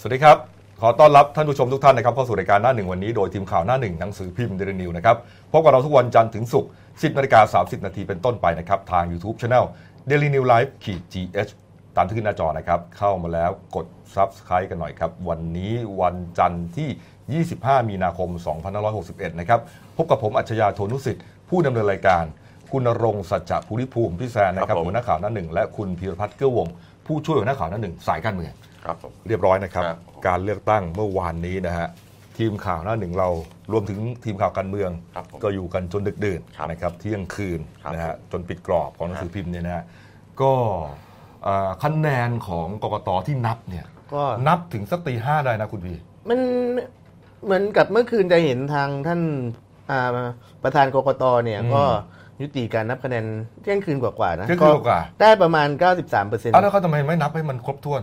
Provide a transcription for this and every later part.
สวัสดีครับ ขอต้อนรับท่านผู้ชมทุกท่านนะครับเข้าสู่รายการหน้าหนึ่งวันนี้โดยทีมข่าวหน้าหนึ่งหนังสือพิมพ์เดลินิวนะครับพบกับเราทุกวันจันทร์ถึงศุกร์ 10นาฬิกา30 นาทีเป็นต้นไปนะครับทาง YouTube Channel Daily New Life ขีด GH ตามที่ขึ้นหน้าจอนะครับ เข้ามาแล้วกด Subscribe กันหน่อยครับ วันนี้วันจันทร์ที่ 25 มีนาคม 2561 นะครับพบกับผมอัจฉริยะโทนุสิทธิ์ผู้ดำเนินรายการ คุณณรงค์สัจจะภูริภูมิพี่แซนนะค ครั รับบ ผม หัวหน้าข่าวหน้าหนึ่งและคุณพีรพัฒน์เกื้อวงผู้ช่วยหัวหน้าข่าวหน้าหนึ่งสายการเมือง ครับผม เรียบร้อยนะครับ ครับ การเลือกตั้งเมื่อวานนี้นะฮะทีมข่าวหน้าหนึ่งเรารวมถึงทีมข่าวการเมือง ครับผม ก็อยู่กันจนดึกดื่น ครับ นะครับเที่ยงคืน ครับ นะฮะจนปิดกรอบของหนังสือพิมพ์เนี่ยนะฮะก็เอ่อคะแนนของกกตที่นับเนี่ย ก็ นับถึงสักตีห้าได้นะคุณพี่ มันเหมือนกับเมื่อคืนจะเห็นทางท่านอ่าประธานกกตเนี่ย อืม ก็ยุติการนับคะแนนเที่ยงคืนกว่าๆนะ เที่ยงคืนกว่า ได้ประมาณ 93เปอร์เซ็นต์ เอาแล้วเขาทำไมไม่นับให้มันครบถ้วน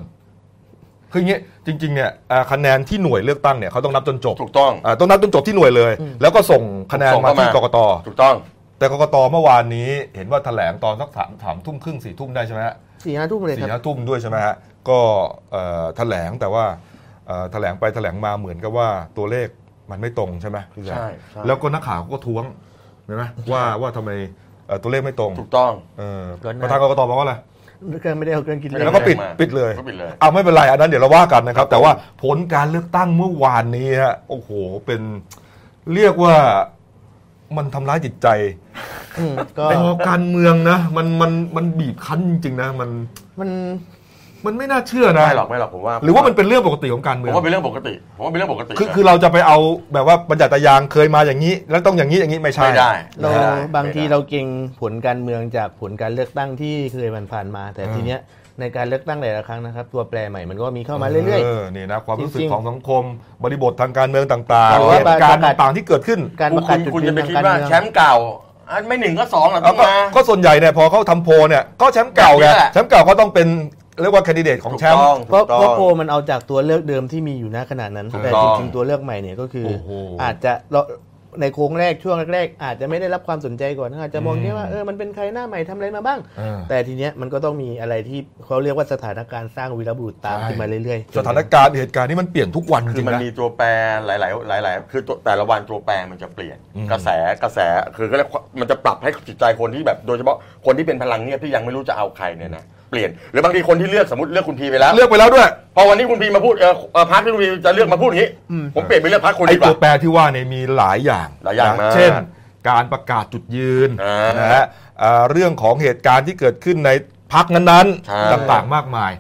คืออย่างเงี้ยจริงๆเนี่ยเอ่อคะแนนที่หน่วยเลือกตั้งเนี่ยเขาต้องนับจนจบ ถูกต้อง อ่าต้องนับจนจบที่หน่วยเลย แล้วก็ส่งคะแนน ส่ง มา เข้ามา ที่กกต ถูกต้อง แต่กกตเมื่อวานนี้เห็นว่าแถลงตอนสักสามสามทุ่มครึ่งสี่ทุ่มได้ใช่ไหมฮะ สี่ห้าทุ่มเลย สี่ ครับ ห้าทุ่มด้วยใช่ไหมฮะก็เอ่อแถลงแต่ว่าเอ่อแถลงไปแถลงมาเหมือนกับว่าตัวเลขมันไม่ตรงใช่ไหมพี่แจ๊ค ใช่ใช่ แล้วก็นักข่าวก็ท้วงใช่ไหมว่าว่าทำไมเอ่อตัวเลขไม่ตรง ถูกต้อง เออปก็น่าระธานกกตบอกว่าอะไร เครื่องไม่ได้เอาเครื่องคิดเล ไม่ ข ได้ แล้วก็ปิด แถลงมา ปิดเลย ก็ปิดเลย เอาไม่เป็นไรอันนั้นเดี๋ยวเราว่ากันนะครับ แต่ว่าผลการเลือกตั้งเมื่อวานนี้ฮะโอ้โหเป็นเรียกว่ามันทำร้ายจิตใจ อืมก็ ไอ้การเมืองนะ มันมันมันบีบคั้นจริงๆนะมัน มัน มันไม่น่าเชื่อนะ ไม่หรอกไม่หรอกผมว่า หรือว่ามันเป็นเรื่องปกติของการ ผ เมือ ม ง ว่าเป็นเรื่องปกติ ผมว่าเป็นเรื่องปกติ คือคือเราจะไปเอาแบบว่าบรรจัตยางเคยมาอย่างนี้ แล้วต้องอย่างนี้อย่างนี้ไม่ใช่ ไม่ได้ เรา ไม่ได้ บางที ไม่ได้ เราเก่งผลการเมืองจากผลการเลือกตั้งที่เคยผ่านๆมา แต่ทีเนี้ยในการเลือกตั้งหลายๆครั้งนะครับ ตัวแปรใหม่มันก็มีเข้ามาเรื่อย เออนี่นะความรู้สึก จริงๆ ของสังคม บริบททางการเมืองต่าง หรือ ๆ ว่า เหตุการณ์ ประกาศ ต่างๆที่เกิดขึ้น ๆ การ คุ ป ณ ระกาศจุด คุณ ยื จะ น ไป ทาง คิด การ ว่า เมือง แชมป์เก่าอันไม่หนึ่งก็สองหรอก แล้ ต้ ว อง ก็ มา ก็ส่วนใหญ่เนี่ยพอเขาทำโพลเนี่ยก็แชมป์เก่าไง แบบนี้แหละ แชมป์เก่าเขาต้องเป็นเรียกว่าแคนดิเดตของ ถูก แชมป์ ต้อง เพราะ ถูกต้อง เพราะโพลมันเอาจากตัวเลือกเดิมที่มีอยู่ณขณะนั้น ถูก แต่ ต้ จ อง ริงๆตัวเลือกใหม่เนี่ยก็คือ โอ้โห อาจจะเราในโค้งแรกช่วงแรกๆ อาจจะไม่ได้รับความสนใจก่อนอาจจะมองแค่ว่าเออมันเป็นใครหน้าใหม่ทำอะไรมาบ้าง เออ แต่ทีเนี้ยมันก็ต้องมีอะไรที่เขาเรียกว่าสถานการณ์สร้างวีรบุรุษตามขึ้นมาเรื่อยๆ สถานการณ์เหตุการณ์นี่มันเปลี่ยนทุกวันจ คือ ริง มัน นะ มีตัวแปรหลาย ๆ หลาย ๆ คือตัวแต่ละวันตัวแปรมันจะเปลี่ยน อืม กระแสกระแสคือก็เรียกว่ามันจะปรับให้จิตใจคนที่แบบโดยเฉพาะคนที่เป็นพลังเงียบที่ยังไม่รู้จะเอาใครเนี่ยนะเปลี่ยนหรือบางทีคนที่เลือกสมมติเลือกคุณพีไปแล้ว เลือกไปแล้วด้วย พอวันนี้คุณพีมาพูดเออเอ่อพรรคที่คุณพีจะเลือกมาพูดอย่างนี้ ผมเปลี่ยนไปเลือกพรรคคน ไอ้ ดีกว่า ตัวแปรที่ว่าเนี่ยมีหลายอย่าง หลายอย่าง นะ มาก เช่น การประกาศจุดยืน อ่าน นะฮะเอ่อเรื่องของเหตุการณ์ที่เกิดขึ้นในพักนั้น ใช่ ๆต่างๆมากมาย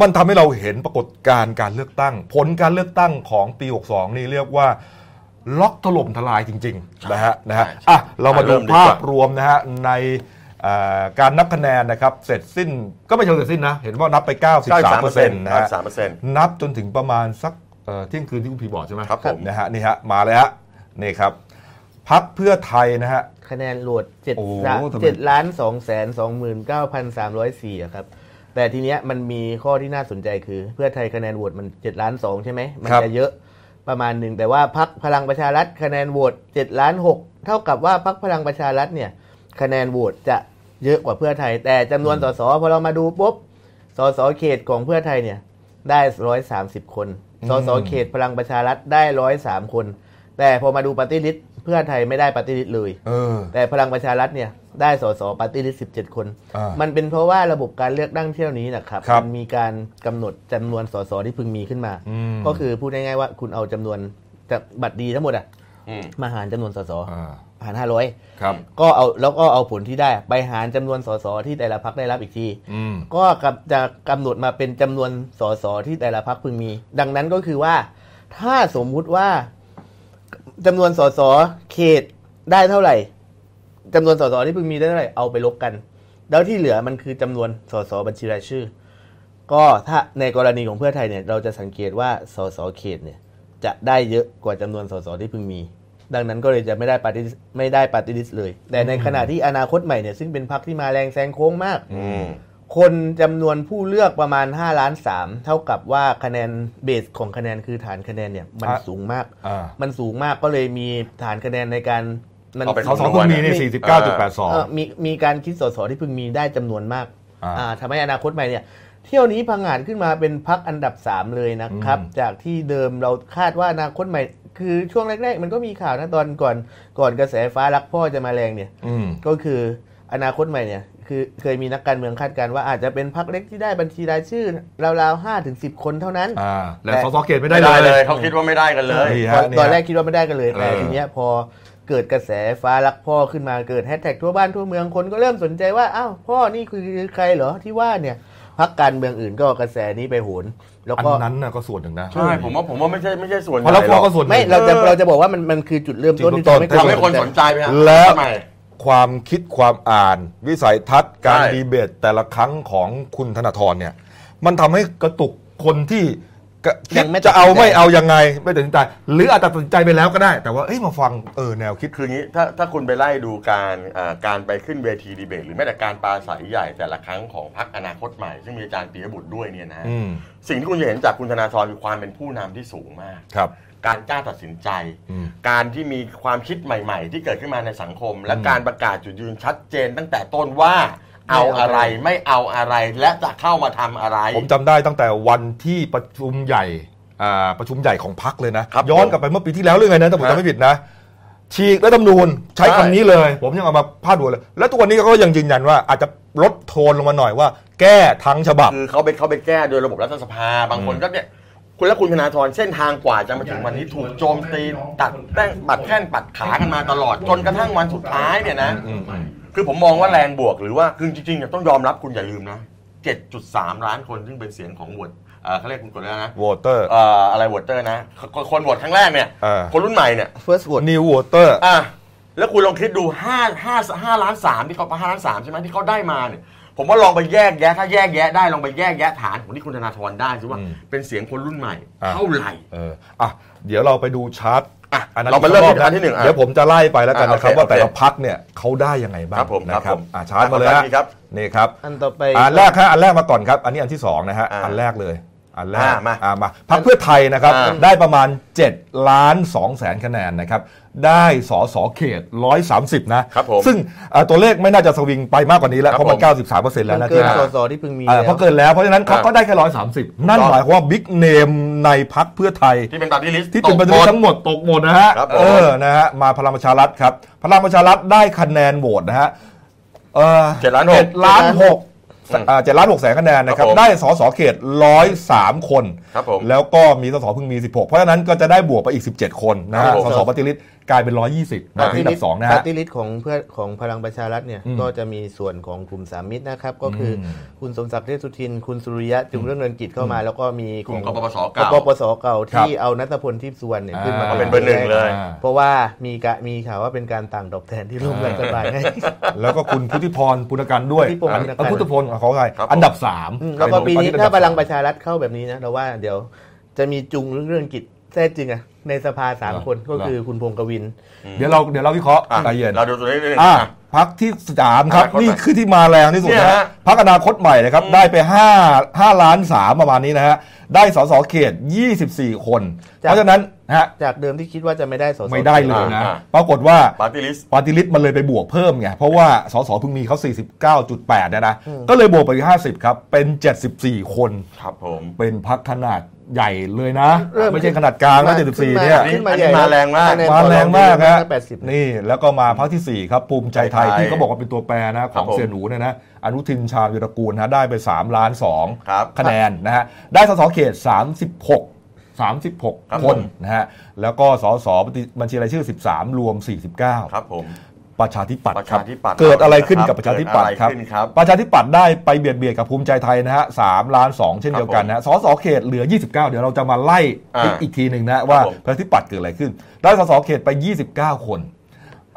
มันทำให้เราเห็นปรากฏการณ์การเลือกตั้ง ผลการเลือกตั้งของปี 62 นี่เรียกว่า ล็อกถล่มทลายจริงๆนะฮะนะฮะอ่ะเรามาดูภาพรวมนะฮะในเอ่อการนับคะแนนนะครับเสร็จสิ้นก็ไม่เชิงเสร็จสิ้นนะ เห็นว่านับไป 93%นะฮะ สามเปอร์เซ็นต์ นับจนถึงประมาณสักเอ่อเที่ยงคืนที่คุณพีบอกใช่ไหม ครับผม นะฮะนี่ฮะมาเลยฮะนี่ครับพักเพื่อไทยนะฮะ คะแนนโหวตเจ็ด โอ้โห ล้าน ทำไม เจ็ดล้านสองแสนสองหมื่นเก้าพันสามร้อยสี่อะครับแต่ทีเนี้ยมันมีข้อที่น่าสนใจคือ เพื่อไทยคะแนนโหวตมันเจ็ดล้านสองใช่ไหมมัน ครับ จะเยอะประมาณหนึ่งแต่ว่าพักพลังประชารัฐคะแนนโหวตเจ็ดล้านหกเท่ากับว่าพักพลังประชารัฐเนี่ยคะแนนโหวตจะเยอะกว่าเพื่อไทย แต่จำนวนสสพอเรามาดูปุ๊บสสเขตของเพื่อไทยเนี่ยได้ร้อยสามสิบคนสสเขตพลังประชารัฐได้ร้อยสามคน แต่พอมาดูปฏิริษเพื่อไทยไม่ได้ปฏิริษเลย เออ แต่พลังประชารัฐเนี่ยได้สสปาร์ตี้ลิสต์17 คน อ่ามั มันเป็นเพราะว่าระบบการเลือกตั้งเที่ยวนี้นะครับ ครับ มันมีการกำหนดจำนวนสสที่พึงมีขึ้นมา อืม ก็คือพูดง่ายๆว่าคุณเอาจำนวนจะบัตรดีทั้งหมดอะมาหารจำนวนสส อ่า หารห้าร้อย ครับ ก็เอาแล้วก็เอาผลที่ได้ไปหารจำนวนสสที่แต่ละพักได้รับอีกที อืม ก็กำจะกำหนดมาเป็นจำนวนสสที่แต่ละพักพึงมี ดังนั้นก็คือว่าถ้าสมมุติว่าจำนวนสสเขตได้เท่าไหร่จำนวนสสที่พึงมีได้เท่าไหร่เอาไปลบกัน แล้วที่เหลือมันคือจำนวนสสบัญชีรายชื่อ ก็ถ้าในกรณีของเพื่อไทยเนี่ยเราจะสังเกตว่าสสเขตเนี่ยจะได้เยอะกว่าจำนวนสสที่พึงมี ดังนั้นก็เลยจะไม่ได้ปาร์ตี้ไม่ได้ปาร์ตี้ลิสต์เลย แต่ในขณะที่อนาคตใหม่เนี่ยซึ่งเป็นพรรคที่มาแรงแซงโค้งมาก คนจำนวนผู้เลือกประมาณ5ล้าน3เท่ากับว่าคะแนนเบสของคะแนนคือฐานคะแนนเนี่ยมัน อ่ะ สูงมาก อ่า มันสูงมากก็เลยมีฐานคะแนนในการมัน เอาไป สสคุณมีนี่สี่สิบเก้าจุดแปดสอง เอ่อมีมีการคิดสสที่พึงมีได้จำนวนมาก อ่า อ่าทำให้อนาคตใหม่เนี่ย เที่ยวนี้พังงาดขึ้นมาเป็นพักอันดับสามเลยนะครับ อืม จากที่เดิมเราคาดว่าอนาคตใหม่ คือช่วงแรก ๆ มันก็มีข่าวนะตอนก่อนก่อนกระแสฟ้ารักพ่อจะมาแรงเนี่ย อืม ก็คืออนาคตใหม่เนี่ยคือเคยมีนักการเมืองคาดการณ์ว่าอาจจะเป็นพรรคเล็กที่ได้บัญชีรายชื่อราวๆห้าถึงสิบคนเท่านั้น อ่าและ แต่ สสเขตไม่ได้ ไม่ได้ เล เลย ยเขาคิดว่าไม่ได้กันเลย นี่ ต ฮะ อน นี่ฮะ ตอนแรกคิดว่าไม่ได้กันเลย แต่ เออ ทีเนี้ยพอเกิดกระแสฟ้ารักพ่อขึ้นมาเกิดแฮชแท็กทั่วบ้านทั่วเมืองคนก็เริ่มสนใจว่าอ้าวพ่อนี่คือใครเหรอที่ว่าเนี่ยพรรคการเมืองอื่นก็เอากระแสนี้ไปโหนแล้ว อัน ก็ นั้นน่ะก็ส่วนหนึ่งนะ ใช่ ผมว่าผมว่าไม่ใช่ไม่ใช่ส่วน เพราะรับ ใหญ่ พอหรอก ก็ส่วนห ไม่ นึ่ง เราจะเราจะบอกว่ามันมันคือจุดเริ่มต้นที่ทำให้ จุดเริ่มต้น ทำให้คนสนใจไปฮะ แล้ว ใหม่ ความคิดความอ่านวิสัยทัศน์การ ใช่ ดีเบตแต่ละครั้งของคุณธนาธรเนี่ย มันทำให้กระตุกคนที่กะคิยัด งไม่ตัดสินจะใจเอาไม่เอายังไงไม่ตัดสินใจหรืออาจจะตัดสินใจไปแล้วก็ได้ แต่ว่าเอ้ยมาฟังเออแนวคิด คืออย่างนี้ถ้าถ้าคุณไปไล่ดูการอ่าการไปขึ้นเวทีดีเบต หรือแม้แต่การปราศัยใหญ่แต่ละครั้งของพรรคอนาคตใหม่ ซึ่งมีอาจารย์ปียบุตรด้วยเนี่ยนะฮะ อืม สิ่งที่คุณจะเห็นจากคุณธนาธรคือความเป็นผู้นำที่สูงมาก ครับ การกล้าตัดสินใจ อืม การที่มีความคิดใหม่ ๆ ที่เกิดขึ้นมาในสังคม และการประกาศจุดยืนชัดเจนตั้งแต่ต้นว่าเอาอะไรไม่เอาอะไรและจะเข้ามาทำอะไร ผมจำได้ตั้งแต่วันที่ประชุมใหญ่อ่าประชุมใหญ่ของพักเลยนะ ครับ ย้อนกลับไปเมื่อปีที่แล้วเรื่องไงนะถ้าผม ฮะ จำไม่ผิดนะ ฉีกรัฐธรรมนูญใช้ ใช่ คำนี้เลย ผมยังเอามาพาดหัวเลย แล้วทุกวันนี้ก็ยังยืนยันว่าอาจจะลดโทนลงมาหน่อยว่า แก้ทั้งฉบับ คือเขาไปเขาไปแก้โดยระบบรัฐสภา บางคนก็เนี่ยคุณและคุณธนาธรเส้นทางกว่าจะมาถึงวันนี้ถูกโจมตีตัดแต้งปัดแข้งปัดขากันมาตลอด จนกระทั่งวันสุดท้ายเนี่ยนะ อืมอืม คือผมมองว่าแรงบวกหรือว่าคือจริงๆเนี่ยต้องยอมรับคุณอย่าลืมนะ 7.3 ล้านคนซึ่งเป็นเสียงของโหวตเอ่อเขาเรียกคุณกดแล้วนะ วอเตอร์ เอ่ออะไรโหวตเตอร์นะ คนคนโหวตครั้งแรกเนี่ย เออ คนรุ่นใหม่เนี่ย first vote นิววอเตอร์ อ่ะแล้วคุณลองคิดดูห้าห้าห้าล้านสามที่เขาห้าล้านสามใช่ไหมที่เขาได้มาเนี่ย ผมว่าลองไปแยกแยะ ถ้าแยกแยะได้ลองไปแยกแยะฐานของที่คุณธนาธรได้สิว่า อืม เป็นเสียงคนรุ่นใหม่ อ่ะ เท่าไหร่ เอออ่ะเดี๋ยวเราไปดูชาร์ต อ่ะ นนั้น เราไปเริ่มที่ บะ อันที่หนึ่งอ่ะ เดี๋ยวผมจะไล่ไปแล้วกัน อ่ะ นะครับ โอเค ว่าแต่ละ โอเค พักเนี่ยเขาได้ยังไงบ้าง ครับผม นะครับ ผม อ่ะชาร์ตมาเลย ขอบคุ ฮะ ณครับ นี่ครับ อันต่อไป อันแรกฮะอันแรกมาก่อนครับ อันนี้อันที่สองนะฮะ อ่า อันแรกเลย อันแรก อ่ามา อ่ามาพักเพื่อไทยนะครับ อ่า ได้ประมาณ 7 ล้าน2แสนคะแนนนะครับ ได้สอสอเขต 130 นะ ครับผม ซึ่งเอ่อตัวเลขไม่น่าจะสวิงไปมากกว่านี้แล้ว ครับ เพราะมัน ผม 93 แล้ว มัน นะ เกิ ที่ น นะ สสที่พึงมี เอ่อเพราะเกินแล้วเพราะฉะนั้นเขาก็ได้แค่ 130 นั่นหมายความว่าบิ๊กเนมในพักเพื่อไทย ที่เป็นปาร์ตี้ลิสต์ ที่เป็นประเด็นทั้งหมดตกหมดนะฮะ ครับผม เออ นะฮะ มาพลังประชารัฐครับ พลังประชารัฐได้คะแนนโหวตนะฮะ เออ เจ็ดล้านห เจ็ ก ดล้านหกอ่าเจ็ดล้านหกแสนคะแนนนะครับ ครับผม ได้สสเขตร้อยสามคน ครับผม แล้วก็มีสสเพิ่งมี 16 เพราะฉะนั้นก็จะได้บวกไปอีก 17 คนนะ ครั ฮะ บผม สสปฏิริษีกลายเป็น 120นะที่อันดับสองนะ ปา ฮะ ร์ตี้ลิสต์ของเพื่อของพลังประชารัฐเนี่ย อืม ก็จะมีส่วนของกลุ่มสามมิตรนะครับ ก็คืออ ม คุณสมศักดิ์เทพสุทิน คุณสุริยะจุงเรื่องเงินกิจเข้ามา แล้วก็มี กลุ่มก ของ ปปส ก เก่า ปปสเก่า ครับ ที่เอานัทพลทิพย์สุวรรณเนี่ย อ่า ขึ้นมา เป็นเบอร์หนึ่งเลย อ่า เพราะว่ามีกะมีข่าวว่าเป็นการต่างตอบแทนที่ร่วมรัฐบาลให้ แล้วก็คุณพุทธิพรปุณกันด้วย พุทธิพรปุณกัน เอ่อพุทธิพรขออภัย ครับผม อันดับสาม อืมแล้วก็ปีนี้ เป็ ถ้าพลังป อันดับสม ระชารัฐเข้าแบบนี้นะเราว่าเดี๋ยวจะมีจุงเรื่องเรื่องกิจแท้จริงอะในสภาสาม เหรอ คนก็ เหรอ คือคุณพงษ์กวิน เดี๋ยวเราเดี๋ยวเราวิเคราะห์ อ่ะ ใจเย็น เราดูตัวเลขนิดนึง อ่ะ อ่ะ พักที่สามครับ อนาคตใหม่ นี่คือที่มาแรงที่สุด เนี่ย นะ ฮะ พักอนาคตใหม่นะครับ ได้ไป5 5ล้าน3ประมาณนี้นะฮะ ได้สสเขต 24 คน จ้ะ เพราะฉะนั้นนะฮะ จากเดิมที่คิดว่าจะไม่ได้สส ไม่ได้เลยนะ อ่า ปรากฏว่า ปาร์ตี้ลิสต์ ปาติลิตมันเลยไปบวกเพิ่มไง เพราะว่าสสเพึ่งมีเขา 49.8เนะนะ ก็เลยบวกไปอีก50 ครับ เป็น 74 คน ครับผม เป็นพักขนาดใหญ่เลยนะ เริ่ม ไม่ใช่ขนาดกลางนะ74เนี่ย ขึ้นมาใหญ่ มาแรงมาก คะแนน มาแรงมากฮะ แปดสิบ นี่แล้วก็มาพักที่ 4 ครับ ภูมิใจไทย ภูมิใจไทย ที่เขาบอกว่าเป็นตัวแปรนะข ครั อบ ง ผม เสียหนูเนี่ยนะอนุทินชาญวิรกูลนะได้ไป 3 ล้าน2 ครับ คะแนนนะฮะ ได้สสเขต 36 ครับ 36 ผม คนนะฮะ แล้วก็สสบัญชีรายชื่อ 13 รวม 49 ครับผม ประชาธิปัตย์ ประ ครั ชา บ ธิปัตย์ เกิดอะไรขึ้นกับประชาธิปัตย์ เกิด ค อะ รับ ไรขึ้นครับ ประชาธิปัตย์ได้ไปเบียดเบียดกับภูมิใจไทยนะฮะสามล้านสองเช่นเดียวกันนะฮะสสเขตเหลือ 29 เดี๋ยวเราจะมาไล่ อ่า อีกทีหนึ่งนะว่า ครับผม ประชาธิปัตย์เกิดอะไรขึ้น ได้สสเขตไป 29 คน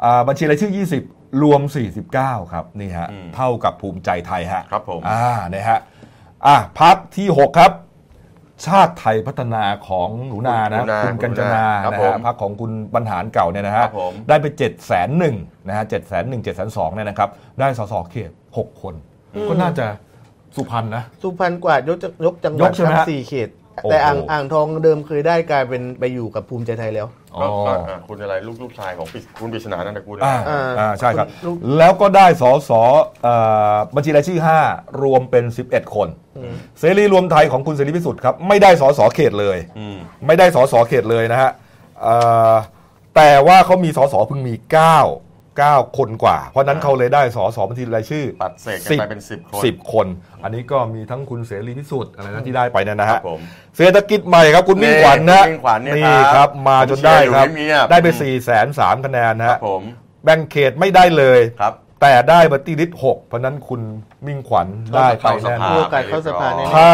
อ่าบัญชีรายชื่อ 20 รวม 49 ครับนี่ฮะเท่ากับภูมิใจไทยฮะ ครับผม อ่านะฮะอ่ะพักที่ 6 ครับ ชาติไทยพัฒนาของหนูนานะ หนูนา คุณกัญจนา ครับ นะ ผม ฮะพักของคุณบรรหารเก่าเนี่ยนะ ค ฮะ รับผม ได้ไป7จ็ดแสนหนึ่งนะฮะเจ็ดแสนหนึ่งเจ็ดแสนสองเนี่ยนะครับ ได้สสเขต 6 คน ก็น่าจะสุพรรณนะ สุพรรณกว่ายกจะยกจังห ย วัด กใช่ไหม ทั้ ฮะ งสี่เขต แต่อ่าง โอ้โห อ่างทองเดิมเคยได้กลายเป็นไปอยู่กับภูมิใจไทยแล้ว อ๋อ ก็ก็อ่ะคุณอะไรลูกลูกชายของปริศคุณปริศนานันตกูล อ่า อ่า อ่าใช่ครับ ลูก แล้วก็ได้สอสเออบัญชีรายชื่อ 5 รวมเป็น 11 คน เสรีรวมไทยของคุณเสรีพิสุทธิ์ครับ ไม่ได้สอสอเขตเลย อืม ไม่ได้สอสอเขตเลยนะฮะเอ่อแต่ว่าเขามีสอสอเพิ่งมี 9 9 คนกว่า เพราะฉะนั้นเขาเลยได้สอสอบัญชีรายชื่อ ตัดเศษกันไปเป็นสิบคน สิบคน อันนี้ก็มีทั้งคุณเสรีพิสุทธิ์อะไรนะที่ได้ไปเนี่ยนะ ครั ฮะ บผม เศรษฐกิจใหม่ครับคุณมิ่งขวัญนะ นี่คุณมิ่งขวัญเนี่ย นี่ ครับ ครับมาจนได้ครับ ผมเชียร์อยู่ไม่มีอ่ะ ได้ไป4ี่แสนสามคะแนนนะ ครั ฮะ บผม แบ่งเขตไม่ได้เลย ครับ แต่ได้บัตตี้ลิสต์หกเพราะนั้นคุณมิ่งขวัญได้ไปแน่น เข้าสภา อน โอกสเข้สภาแน่ ถ้า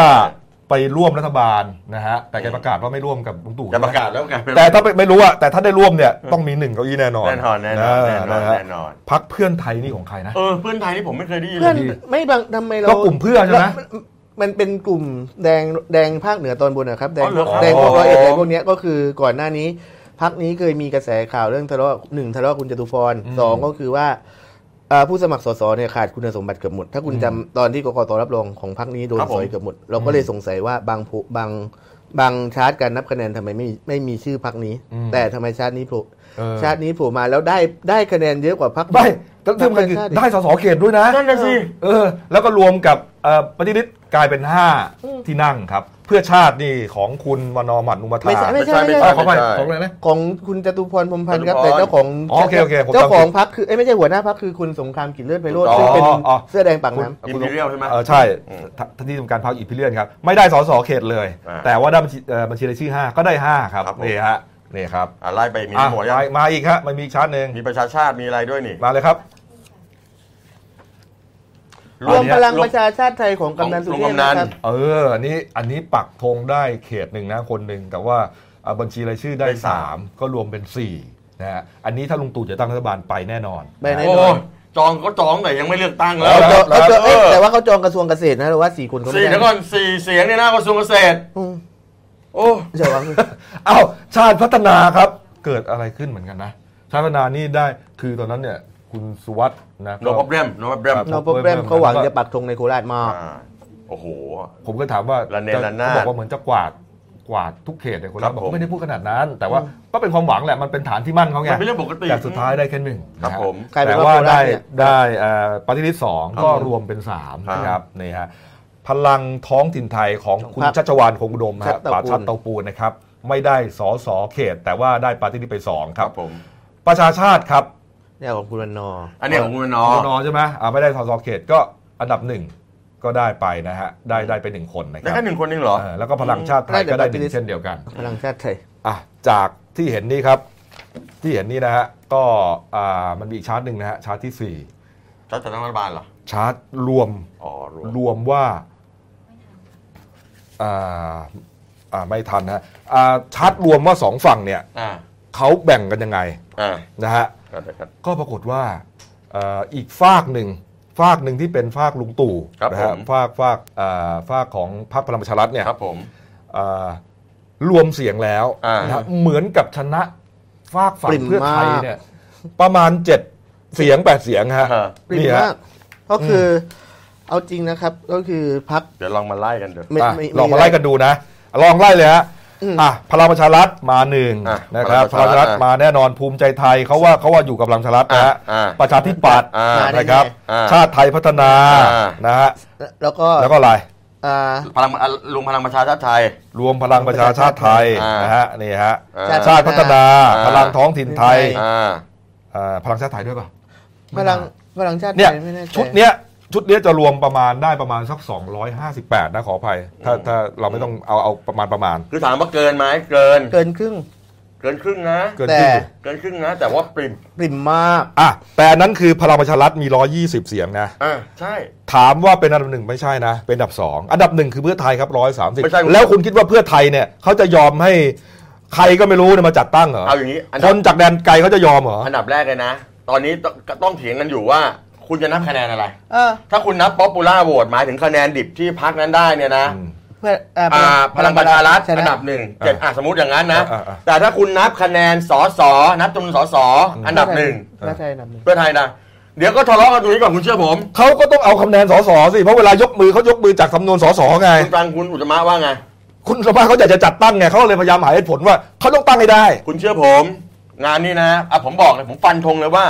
ไปร่วมรัฐบาลนะฮะ แต่แกประกาศว่าไม่ร่วมกับลุงตู่ จะประกาศแล้วไงเป็น แต่ถ้าไม่ไม่รู้อะแต่ถ้าได้ร่วมเนี่ยต้องมีหนึ่งเก้าอี้แน่นอน แน่นอนแน่นอนแน่นอน นะฮะ แน่นอน พักเพื่อนไทยนี่ของใครนะ เออเพื่อนไทยนี่ผมไม่เคยได้ยิน เพื่อน เลย ไม่บางทำไมเรา ก็กลุ่มเพื่อนใช่ไหม แล้วนมันเป็นกลุ่มแดงแดงภาคเหนือตอนบนนะครับแดง อ๋อเหรอครับ แดงพวกร้อยเอ็ดอะไรพวกเนี้ยก็คือก่อนหน้านี้พักนี้เคยมีกระแสข่าวเรื่องทะเลาะหนึ่งทะเลาะคุณจตุพรสองก็คือว่าเอ่อผู้สมัครสสเนี่ยขาดคุณสมบัติเกือบหมด ถ้าคุณจำตอนที่กกตรับรองของพักนี้โดน ครับผม สอยเกือบหมด เราก็เลยสงสัยว่าบางโพบางบางชาร์ตการนับคะแนนทำไมไม่มีไม่มีชื่อพักนี้ อืม แต่ทำไมชาร์ตนี้โผล่ เออ ชาร์ตนี้โผล่มาแล้วได้ได้คะแนนเยอะกว่าพัก ไม่แล้วที่สำคัญคือได้สสเขตด้วยนะ นั่นน่ะสิ เออแล้วก็รวมกับเอ่อปฏิริษกลายเป็น 5 ที่นั่งครับ เพื่อชาตินี่ของคุณวนอหมัดนุมาธา ไม่ใช่ไม่ใช่ไม่ เอ้ ใช่ ยขอไป ไม่ใช่ ของอะไรนะ ของคุณจตุพรพรหมพันธ์ครับ จตุพร แต่เจ้าของ อ๋อโอเคโอเคผมจำผิด เจ้าของพักคือเอ้ยไม่ใช่หัวหน้าพักคือคุณสงครามกิจเลือดไพโรจน์ อ๋อ ซึ่งเป็นเสื้อแดงปากน้ อิมพีเรียลใช่ไหม เออใช่ อืม ทท่านที่ทำการพักอีพิเลียนครับ ไม่ได้สสเขตเลย อ่า แต่ว่าได้บัญชีเอ่อบัญชีรายชื่อ 5 ก็ได้ 5 ครับ ครับผม นี่ฮะนี่ครับ อ่ะไล่ไปมี อ่ะ หมวดยัง มามาอีกฮะมันมีอีกชาร์ตหนึ่ง มีประชาชาติมีอะไรด้วยนี่ มาเลยครับ ำรวม อันเนี้ย พลังประชาชาติไทยของกำนัน ของ สุเทพ กำนัน นะครับ เอออันนี้อันนี้ปักธงได้เขตหนึ่งนะคนหนึ่งแต่ว่าเอ่อบัญชีรายชื่อได้ ได้สาม 3 ก็รวมเป็น4นะฮะอันนี้ถ้าลุงตู่จะตั้งรัฐบาลไปแน่นอน ไปไหน โอ้ หน่อย จองก็จองแต่ยังไม่เลือกตั้งแล้ เออวเขาแล้วจองเอเขาจองอเอ้ยแต่ว่าเขาจองกระทรวงเกษตรนะหรือว่าสี่คนเขา สี่ ไม่ เดี๋ยว ได้ ก่อนสี่เสียงเนี่ยนะกระทรวงเกษตร อืม โอ้ เดี๋ยววาง เอ้าชาติพัฒนาครับ เกิดอะไรขึ้นเหมือนกันนะ ชาติพัฒนานี่ได้คือตอนนั้นเนี่ยคุณสุวัสด์นะ no problem no problem ครับ นอปแรมเขาหวังจะปักธงในโคราชมาก อ่าโอ้โห ผมก็ถามว่า ระเนระนาด เขาบอกว่าเหมือนจะกวาดกวาดทุกเขตเลยคน ครั ละ บ บอก ผม ไม่ได้พูดขนาดนั้น แต่ว่าก็เป็นความหวังแหละมันเป็นฐานที่มั่นเขาไง มันเป็นเรื่องปกติ แต่สุดท้ายได้แค่หนึ่ง ครับ นะฮะ ผม กลายเป็ แต่ น ว่า ว่าโครา ได้ ชเนี่ย ได้เอ่อปฏิริษีสอง ครับ ก็รวมเป็นสาม ครับ นะครับนี่ฮะพลังท้องถิ่นไทยของคุณ พรรค ชัชวานคงอุดมฮะ ชัดเตา ป่า ปูน ชัดเตาปูนนะครับไม่ได้สอสอเขต แต่ว่าได้ปฏิริษีไปสองค ค รั รับ บผม ประชาชาติครับ เนี่ยของคุณวันนอร์ อันเนี้ยของคุณนอ กนใช่ไหมอ่าไม่ได้สสเขตก็อันดับหนึ่งก็ได้ไปนะฮะได้ได้ไปหนึ่งคนนะครัได้บ แค่หนึ่งคนเองเหรอ เออแล้วก็พลังชาติไทยก็ได้หนึ่งเช่นเดียวกัน พลังชาติไทย อ่ะจากที่เห็นนี่ครับ ที่เห็นนี่นะฮะก็อ่ามันมีอีกชาร์ตหนึ่งนะฮะชาร์ตที่สี่ จะจัดตั้งรัฐบาลเหรอ ชาร์ตรวม อ๋อรวม รวมว่าอ่าอ่าไม่ทันนะฮะอ่าชาร์ตรวมว่าสองฝั่งเนี่ย อ่า เขาแบ่งกันยังไง อ่า นะฮะ ครับครับ ก็ปรากฏว่าเอ่ออีกฝากหนึ่งฝากหนึ่งที่เป็นฝากลุงตู่ ครับ นะฮะ ผม ฝากฝากเอ่อฝากของพรรคพลังประชารัฐเนี่ย ครับผม เอ่อรวมเสียงแล้ว อ่าน นะฮะเหมือนกับชนะฝากฝั่งเพื่อไทยเนี่ยประมาณเจ็ดเสียงแปดเสียงฮะ เออ ปริม นี่ฮะ มากก็คืออเอาจริงนะครับก็คือพัก เดี๋ยวลองมาไล่กันเดี๋ยว อ่ะลองมาไล่กันดูนะ ลองไล่เลยฮะ อืม อ่ะพลังประชารัฐมาหนึ่ง อ่ะ นะครับพ พลั ลังปงปชาระ ระชารั รั ฐ ฐมาแน่นอนภูมิใจไทยเขาว่าเขาว่าอยู่กับพลังประชารัฐนะฮะ อ่ะอ่ะ ประชาธิปัตย์ อ่ะ นะครับ อ่ะ ชาติไทยพัฒนา อ่ะ นะฮะ แล้วก็ แล้วก็อะไร อ่า พลังอ่ะลุงพลังประชาชาติไทย รวมพลังประชาชาติไทย อ่ะ นะฮะนี่ฮะ อ่ะ ชาติพัฒนา อ่ะ พลังท้องถิ่นไทย อ่ะ อ่า อ่ะพลังชาติไทยด้วยป่ะ พลังพลังชาติไท เนี่ย ยไม่แน่ใจ ชุดเนี้ยชุดเนี้ยจะรวมประมาณได้ประมาณสัก 258 นะขออภัยถ้าถ้าเราไม่ต้องเอาเอาประมาณประมาณ คือถามว่าเกินไหมเกิน เกินครึ่ง เกินครึ่งนะ เกินคแต่รึ่ง เกินครึ่งนะ แต่ว่าปริม ปริมมาก อ่ะแต่อันนั้นคือพลังประชารัฐมี 120 เสียงนะ อ่าใช่ ถามว่าเป็นอันดับหนึ่งไม่ใช่นะ เป็นอันดับ 2 อันดับหนึ่งคือเพื่อไทยครับ ไม่ใช่ 130 แล้วคุณคิดว่าเพื่อไทยเนี่ยเขาจะยอมให้ใครก็ไม่รู้เนี่ยมาจัดตั้งเหรอ เอาอย่างนี้อัน ค ดับ นจากแดนไกลเขาจะยอมเหรอ อันดับแรกเลยนะ ตอนนี้ต้องต้องเถียงกันอยู่ว่า คุณจะนับคะแนนอะไร เออ ถ้าคุณนับป๊อปปูล่าโหวตหมายถึงคะแนนดิบที่พักนั้นได้เนี่ยนะ อืม เพื่อเอ่อ อ่าพลังประชารัฐ ช อัน นะ ดับหนึ่งเจ็ดอ่ะสมมติอย่างนั้นนะ อ่าอ่า แต่ถ้าคุณนับคะแนนสอสอนับจำนวนสอสออันดับหนึ่ง เพื่อไทยอันดับหนึ่ง เพื่อไทยนะเดี๋ยวก็ทะเลาะกันตรงนี้ก่อนคุณเชื่อผม เขาก็ต้องเอาคะแนนสสสิเพราะเวลายกมือเขายกมือจากจำนวนสสไง คุณฟังคุณอุตมะว่าไง คุณสภาเขาอยากจะจัดตั้งไงเขาเลยพยายามหาเหตุผลว่าเขาต้องตั้งให้ได้ คุณเชื่อผม งานนี้นะอ่ะผมบอกเลยผมฟันธงเลยว่า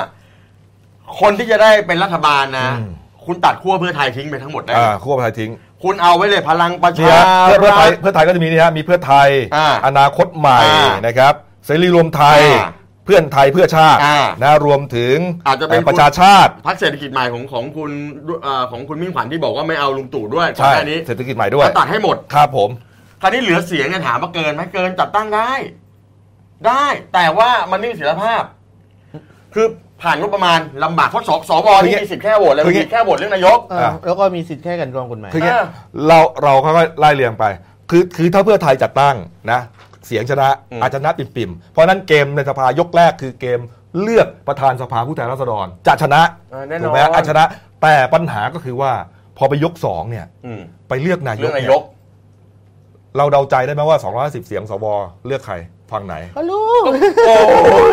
คนที่จะได้เป็นรัฐบาลนะ อืม คุณตัดขั้วเพื่อไทยทิ้งไปทั้งหมดได้ อ่าขั้วไทยทิ้ง คุณเอาไว้เลยพลังประ นี่ ชา ฮะเพื่อเพื่อไท รั ย ฐ เพื่อไทยก็จะมีนี่ฮะมีเพื่อไทย อ่า นาคตใหม่ อ่าน นะครับเสรีรวมไทย อ่า เพื่อนไทยเพื่อชาติ อ่า นะรวมถึง อาจจะเป็น ประชาชาติ พักเศรษฐกิจใหม่ของของคุณเอ่อของคุณมิ่งขวัญที่บอกว่าไม่เอาลุงตู่ด้วยก่อน ใช่ หน้านี้ เศรษฐกิจใหม่ด้วย ก็ตัดให้หมด ครับผม คราวนี้เหลือเสียงเนี่ยถามว่าเกินไหมเกินจัดตั้งได้ ได้ แต่ว่ามันไม่มีเสถียรภาพ คือผ่านงบประมาณลำบากเพราะสสวนี่มีสิทธิ์แค่โหวตเลยมีสิทธิ์แค่โหวตเรื่องนายก เออแล้วก็มีสิทธิ์แค่กันกรองกฎหมาย คืออย่างเงี้ย อ่า เราเราค่อยๆไล่เรียงไป คือคือถ้าเพื่อไทยจัดตั้งนะเสียงชนะ อืม อาจจะนับปิ่มๆ เพราะฉะนั้นเกมในสภายกแรกคือเกมเลือกประธานสภาผู้แทนราษฎรจะชนะ เออแน่น ถู อก น ไหมอาจชนะแต่ปัญหาก็คือว่าพอไปยกสองเนี่ย อืม ไปเลือกนายก เรื่องนาย นี่ ก เราเดาใจได้ไหมว่า 250 เสียงสวเลือกใครฟังไหน ก็รู้ โอ้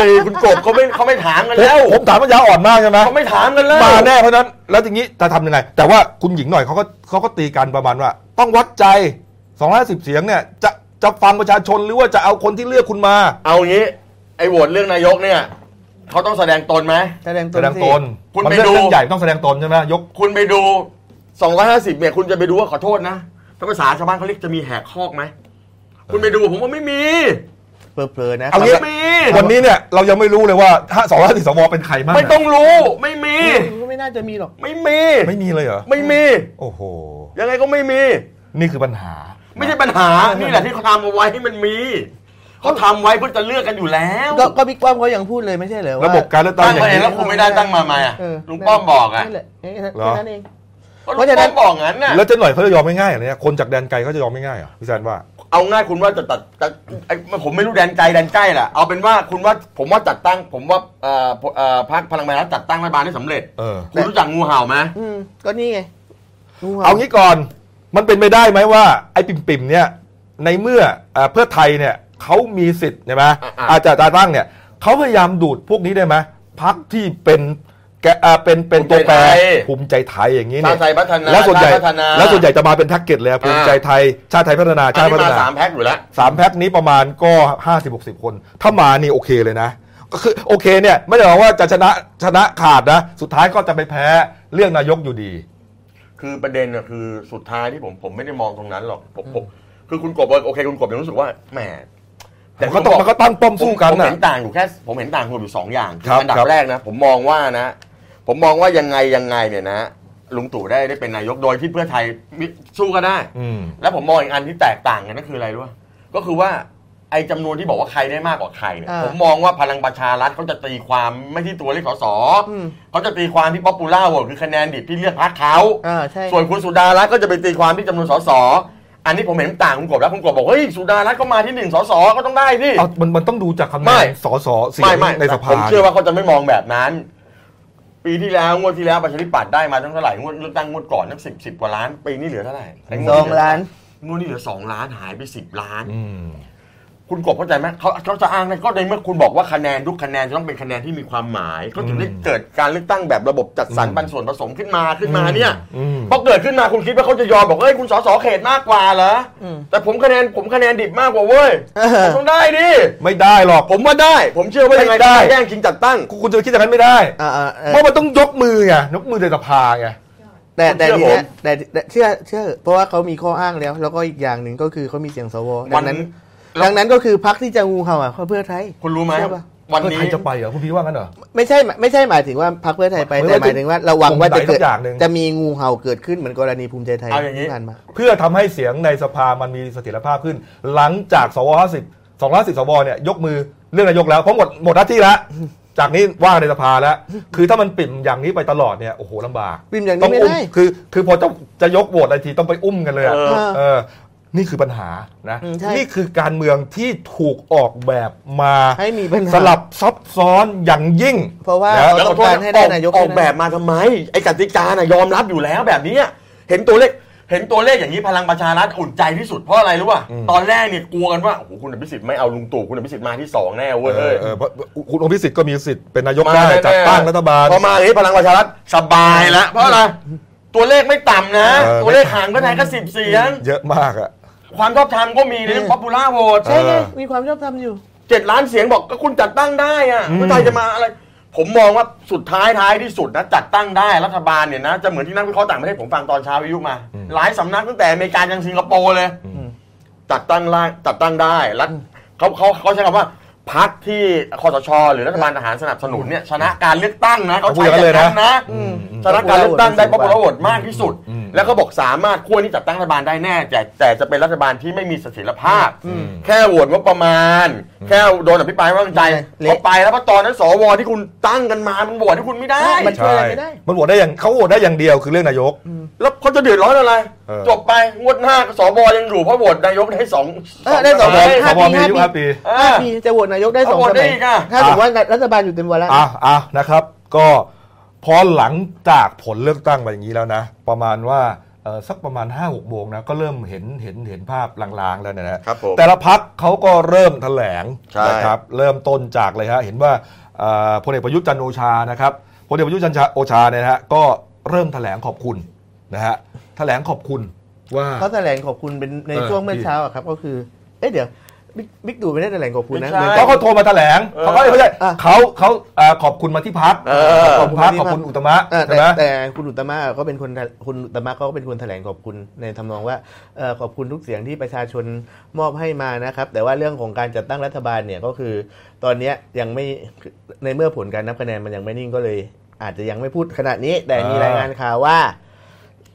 ยคุณกบเขาไม่เขาไม่ถามกันแล้ว ผมถามปัญญาอ่อนมากใช่ไหม เขาไม่ถามกันแล้ว มาแน่เพราะฉะนั้น แล้วทีนี้จะทำยังไง แต่ว่าคุณหญิงหน่อยเขาก็เขาก็ตีกันประมาณว่า ต้องวัดใจ 250 เสียงเนี่ย จะจะฟังประชาชนหรือว่าจะเอาคนที่เลือกคุณมา เอางี้ ไอ้โหวตเรื่องนายกเนี่ยเขาต้องแสดงตนไหม แสดงตน แสดงตน สิ คุณ มัน ไป เรื่อง ดู เรื่องใหญ่ต้องแสดงตนใช่ไหมยก คุณไปดู 250เนี่ยคุณจะไปดูว่าขอโทษนะถ้าภาษาชาวบ้านเขาเรียกจะมีแหกคอกไหมคุณไปดูผมว่าไม่มี เผลอๆนะ เอางี้ ไม่มี วันนี้เนี่ยเรายังไม่รู้เลยว่าถ้า250สวเป็นใครบ้าง ไม่ นะ ต้องรู้ไม่มี ก็ไม่น่าจะมีหรอก ไม่มี ไม่มีเลยเหรอ ไม่มี โอ้โห ยังไงก็ไม่มี นี่คือปัญหา ไม่ใช่ปัญหา นี่แหละที่เขาทำเอาไว้ให้มันมีเขาทำไว้เพื่อจะเลือกกันอยู่แล้ว ก็ก็บิ๊กป้อมเขายังพูดเลยไม่ใช่เหรอว่า ระบบการเลือกตั้ง ตั้ง อย่า มาเอง ง นี้ แล้วคุมไม่ได้ตั้งมาใหม่อะ เ ลุงป้อมบอกอ่ะ นั่นแหละแค่ เหรอ นั้นเอง ก็ลุงป้อมบอกงั้นน่ะ แล้วเจ๊หน่อยเขาจะยอมไม่ง่ายเหรอเนี่ยคนจากแดนไกลเขาจะยอมไม่ง่ายเหรอพี่แซนว่า เอาง่ายคุณว่าจะตัดจะไอ้ผมไม่รู้แดนไกลแดนใกล้แหละเอาเป็นว่าคุณว่าผมว่าจัดตั้ง ผมว่าเอ่อเอ่อพรรคพลังประชารัฐจัดตั้งรัฐบาลได้สำเร็จ เออ คุณรู้จักงูเห่าไหม อืม ก็นี่ไงงูห่ เอางี้ก่อนมันเป็นไปได้ไหมว่า ไอ้ปิ่มปิ่มๆเนี่ยในเมื่อเอ่อเพื่อไทยเนี่ยเขามีสิทธิ์ใช่ไหมอาจจะตาตั้งเนี่ยเขาพยายามดูดพวกนี้ได้ไหมพักที่เป็นแกเอ่อเป็นเป็นตัวแปรภูมิใจไทยอย่างนี้ ชา เนี่ ติไทย ย พัฒนา แล้วส่วนใหญ่ ชาติพัฒนา แล้วส่วนใหญ่จะมาเป็นแพ็กเกจเลยภูมิใจไทยชาติไทยพัฒนา อัน ชาติ นี้ พัฒ มา นา สามแพ็คอยู่แล้ว สามแพ็กนี้ประมาณก็ห้าสิบหกสิบคน ถ้ามานี่โอเคเลยนะก็คือโอเคเนี่ยไม่ได้หมายความว่าจะชนะชนะขาดนะสุดท้ายก็จะไปแพ้เรื่องนายกอยู่ดี คือประเด็นน่ะคือสุดท้ายที่ผมผมไม่ได้มองตรงนั้นหรอกผมผมคือคุณกบว่าโอเคคุณกบยังรู้สึกว่าแหม มันก็ต้องมันก็ตั้งป้อมสู้กัน ผม น่ะ เห็นต่างอยู่แค่ผมเห็นต่างอยู่สองอย่าง ครับ อันดั ครับ บ แรกนะ ผมมองว่านะ ผมมองว่ายังไงยังไงเนี่ยนะลุงตู่ได้ได้เป็นนายกโดยที่เพื่อไทยมิสู้ก็ได้ อืม แล้วผมมองอีกอันที่แตกต่างกันก็คืออะไรรู้ป่ะก็คือว่าไอ้จำนวนที่บอกว่าใครได้มากกว่าใครเนี่ย อ่า ผมมองว่าพลังประชารัฐเขาจะตีความไม่ที่ตัวเลขสส อืม เขาจะตีความที่ป๊อปปูล่าโหวตคือคะแนนดิบที่เลือกพรรคเขา อ่าใช่ ส่วนคุณสุดารัตน์ก็จะไปตีความที่จำนวนสสอันนี้ผมเห็นต่างคุณกบแล้วคุณกบบอกเฮ้ยสุดารัตน์ก็มาที่หนึ่งสสก็ต้องได้ที่ เอามันมันต้องดูจากคำ ไม่ นวณสสเสีย ไม่ ง ไม่ ในสภา ผมเชื่อว่าเขาจะไม่มองแบบนั้น ปีที่แล้วงวดที่แล้วประชาธิปัตย์ได้มาตั้งเท่าไหร่งวดเลือกตั้งงวดก่อนตั้งสิบสิบกว่าล้านปีนี้เหลือเท่าไหร่ไวด สองล้าน งวดนี้เหลือสองล้านหายไปสิบล้าน อืม คุณกบเข้าใจไหมเขาเขาจะอ้างนะก็ในเมื่อคุณบอกว่าคะแนนทุกคะแนนจะต้องเป็นคะแนนที่มีความหมายเขาถึงได้ อืม เกิดการเลือกตั้งแบบระบบจัดสรร อืม ปันส่วนผสมขึ้นมาขึ้นมาเนี่ย อืม พอเกิดขึ้นมาคุณคิดว่าเขาจะยอมบอกเอ้ยคุณสสเขตมากกว่าเหรออ ม แต่ผมคะแนนผมคะแนนดิบมากกว่าเว้ย เออ ผมต้องได้ดิ ไม่ได้หรอก ผมว่าได้ ผมเชื่อว่ายังไง ไม่ได้ แย่งชิงจัดตั้ง คุณคุณจะไปคิดอย่างนั้นไม่ได้ อ่าอ่าเออ เพราะมันต้องยกมือไงยกมือในสภาไง แต่แต่ ผมเชื่อผมทีเนี้ยแต่แต่เชื่อเชื่อ เพราะว่าเขามีข้ออ้างแล้ว แล้วก็อีกอย่างหนึ่งก็คือเขามีเสียงสวดังนั้น แล้ว ดังนั้นก็คือพักที่จะงูเห่าอ่ะเขาเพื่อไทย คุณรู้ไหม เชื่อปะ วัน เพื่อ นี้ ไทยจะไปเหรอคุณพี่ว่างั้นเหรอ ไม่ใช่ไม่ใช่หมายถึงว่าพักเพื่อไทยไป ไม่ แต่ ว่าจะ หมายถึงว่าระวังว่าจะเกิด ผมหลายอย่างหนึ่ง จะมีงูเห่าเกิดขึ้นเหมือนกรณีภูมิใจไทย เอาอย่างนี้ ที่ผ่านมา เพื่อทำให้เสียงในสภามันมีเสถียรภาพขึ้น หลังจากสว50 250สวเนี่ยยกมือเรื่องนายกแล้วเพราะหมดหมดหน้าที่แล้ว จากนี้ว่างในสภาแล้ว คือถ้ามันปิ่มอย่างนี้ไปตลอดเนี่ยโอ้โหลำบาก ปิ่มอย่างนี้ ต้มไม่ได้ คือคือพอจะจะยกโหวตอะไรทีต้องไปอุ้มกันเลยอะ เออ เออ นี่คือปัญหานะ อืมใช่ นี่คือการเมืองที่ถูกออกแบบมา ให้มีปัญหา สลับซับซ้อนอย่างยิ่ง เพราะว่า น เรต้องการให้ได้นายก ออก ใช่ไหม แบบมาทำไม ไอ้กติกาน่ะยอมรับอยู่แล้วแบบนี้อะเห็นตัวเลขเห็นตัวเลขอย่างนี้พลังประชารัฐอุ่นใจที่สุดเพราะอะไรรู้ป่ะ อืม ตอนแรกเนี่ยกลัวกันว่าโอ้โหคุณอภิสิทธิ์ไม่เอาลุงตู่คุณอภิสิทธิ์มาที่สองแน่เว้ย เออเออเพราะคุณอภิสิทธิ์ก็มีสิทธิ์เป็นนายก มา ได้ แน่ๆ จัดตั้งรัฐบาล พอมาอย่างนี้พลังประชารัฐสบายแล้วเพราะอะไรตัวเลขไม่ต่ำนะ เออ ตัวเลขห่างก็ไทยก็สิบเสียง เยอะมากอะ ความชอบธรรมก็มีในเรื่องป๊อปปูล่าโหวต ใช่ไง เออ มีความชอบธรรมอยู่ เจ็ดล้านเสียงบอกก็คุณจัดตั้งได้อะเมื่อไหรจะมาอะไร ผมมองว่าสุดท้ายท้ายที่สุดนะจัดตั้งได้รัฐบาลเนี่ยนะจะเหมือนที่นักวิเคราะห์ต่างประเทศผมฟังตอนเช้าวิทยุมา หลายสำนักตั้งแต่อเมริกายันสิงคโปร์เลย จัดตั้งร่างจัดตั้งได้รัฐเขาเขาเขาใช้คำว่าพักที่คอสช หรือรัฐบาลทหารสนับสนุนเนี่ยชนะการเลือกตั้งนะเขาใช้ เขาพูดอย่างนั้นเลยนะ อางนะ อืม ชนะการเลือกตั้งได้ป ปอ ระ ปปู โห ล่าโห ว ว ต ต มากที่สุด แล้วก็บอกสามารถขั้วนี้จัดตั้งรัฐบาลได้แน่แต่แต่จะเป็นรัฐบาลที่ไม่มีเสถียรภาพ แค่โหวตงบประมาณ แค่โดนอภิปรายไม่ไว้วางใจ เละ พอไปแล้วพอตอนนั้นสวที่คุณตั้งกันมามันโหวตที่คุณไม่ได้ มันช่วยอะไรไม่ได้ มันโหวตได้อย่างเขาโหวตได้อย่างเดียวคือเรื่องนายก แล้วเขาจะเดือดร้อนอะไร เออ จบไปงวดหน้าสวยังอยู่เพราะโหวตนายกได้สอง เออได้สอง ส ค วน ค ห้า บ ปี มีอายุ ห้าปี ห้าเออ ถ้าปีมีจะโหวตนายกได้สเอาองโหวตสได้ มัย อีกอะ ถ้าสมมติว่ารัฐบาลอยู่เต็มวาระ อ่ะอ่ะนะครับ ก็พอหลังจากผลเลือกตั้งมาอย่างนี้แล้วนะ ประมาณว่าเอ่อสักประมาณ 5 6โมงนะก็เริ่มเห็นเห็นเห็นภาพลางๆแล้วเนยนะครับ ผม แต่ละพักเขาก็เริ่มแถลง ใช่ นะครับ เริ่มต้นจากเลยฮะเห็นว่าเอ่อพลเอกประยุทธ์จันทร์โอชานะครับพลเอกประยุทธ์จันทร์โอชาเนี่ยนะฮะก็เริ่มแถลงขอบคุณนะฮะแถลงขอบคุณว่า เขาแถลงขอบคุณเป็นใน เออ ช่วงเมื่อ ดี เช้าอะครับก็คือ เอ๊ะเดี๋ยวบิ๊กบิ๊กตู่ไม่ได้แถลงขอบคุณนะ ไม่ใช่ เหมือน เขา เขา เขาโทรมาแถลงเขาก็ไม่ใช่ อ่ะ เขาเขาเอ่อขอบคุณมาที่พัก เออ ขอบคุณพักขอบคุณอุตตมะ เออ ใช่ แต่ ไหม แต่คุณอุตตมะก็เป็นคนคุณอุตตมะก็เป็นคนแถลงขอบคุณในทำนองว่าเอ่อขอบคุณทุกเสียงที่ประชาชนมอบให้มานะครับ แต่ว่าเรื่องของการจัดตั้งรัฐบาลเนี่ยก็คือตอนเนี้ยยังไม่ในเมื่อผลการนับคะแนนมันยังไม่นิ่งก็เลย อาจจะยังไม่พูดขนาดนี้ แต่มี อ่าร รายงานข่าวว่า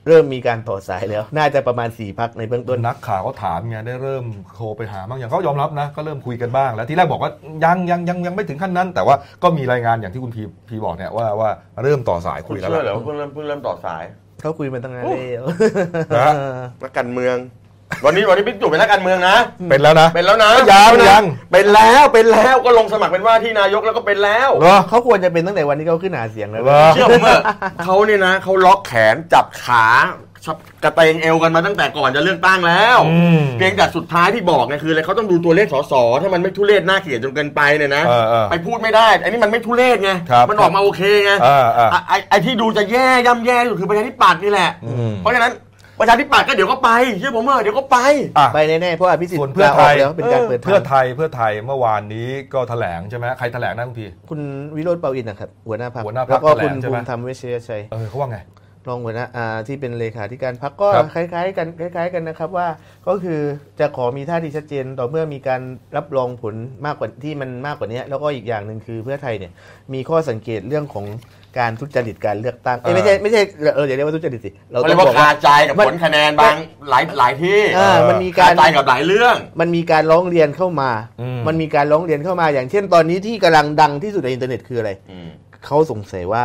เริ่มมีการต่อสายแล้ว น่าจะประมาณสี่พักในเบื้องต้น นักข่าวก็ถามไงได้เริ่มโทรไปหาบ้างอย่างเขายอมรับนะก็เริ่มคุยกันบ้างแล้วที่แรกบอกว่ายังยังยังยังไม่ถึงขั้นนั้น แต่ว่าก็มีรายงานอย่างที่คุณพีพีบอกเนี่ยว่าว่าเริ่มต่อสาย คุ คุ ณ ยแล้ว เชื่อเหร ล่ะ อเพิ่งเริ่มเพิ่งเริ่มต่อสาย เขาคุยมาตั้งนานแล้ว นะ นักการเมือง วันนี้วันนี้บิ๊กตู่เป็นนักการเมืองนะ เป็นแล้วนะ เป็นแล้วนะ ยังยัง เป็นแล้วเป็นแล้วก็ลงสมัครเป็นว่าที่นายกแล้วก็เป็นแล้ว เหรอ เขาควรจะเป็นตั้งแต่วันที่เขาขึ้นหาเสียงแล้ว เหรอ เชื่อผมเถอะเขาเนี่ยนะเขาล็อกแขนจับขาชับกระเตงเอวกันมาตั้งแต่ก่อนจะเลือกตั้งแล้ว อืม เพียงแต่สุดท้ายที่บอกเนี่ยคืออะไรเขาต้องดูตัวเลขสสถ้ามันไม่ทุเรศหน้าเกลียดจนเกินไปเนี่ยนะ เออเออ ไปพูดไม่ได้ อันนี้มันไม่ทุเรศไง ครับ มันออกมาโอเคไง เออเออ ไอ้ไอ้ที่ดูจะแย่ย่ำแย่อยู่คือประชาธิปัตย์นี่แหละ อืม เพราะฉะนั้นประชาธิปัตย์ก็เดี๋ยวก็ไปเชื่อผมเถอะเดี๋ยวก็ไป อ่ะ ไปแน่ๆเพราะว่าพิสิท ส่ ธิ์ วนเพื่อ ลาออก ไทย แล้วเป็นการเปิด เพื่อ ทาง ไทยเพื่อไทยเมื่อวานนี้ก็แถลงใช่ไหมใครแถลงนะคุณพี คุณวิโรจน์เปาอินทร์นะครับหัวหน้าพรรค หัวหน้าพรรค แล้วก็คุณ แถลงภูใช่ไหม มิธรรมเวชยชัย เออเขาว่าไง รองหัวหน้าอ่าที่เป็นเลขาธิการพรรคก็ ครับ คล้ายๆกันคล้าย ๆกันนะครับว่าก็คือจะขอมีท่าทีชัดเจนต่อเมื่อมีการรับรองผลมากกว่าที่มันมากกว่านี้ แล้วก็อีกอย่างหนึ่งคือเพื่อไทยเนี่ยมีข้อสังเกตเรื่องของการทุจริตการเลือกตั้งเอ้ยไม่ใช่ เออ ไม่ใช่เอออย่าเรียกว่าทุจริตสิเรา เขา ต้ เรี อยง กว่า บอก คา ว่า ใจกับ มัน ผลคะแนนบางหลายหลายที่ อ่ามันมีกา คาร ใจกับหลายเรื่อง มันมีการร้องเรียนเข้ามา อืม มันมีการร้องเรียนเข้ามาอย่างเช่นตอนนี้ที่กำลังดังที่สุดในอินเทอร์เน็ตคืออะไร เขาสงสัยว่า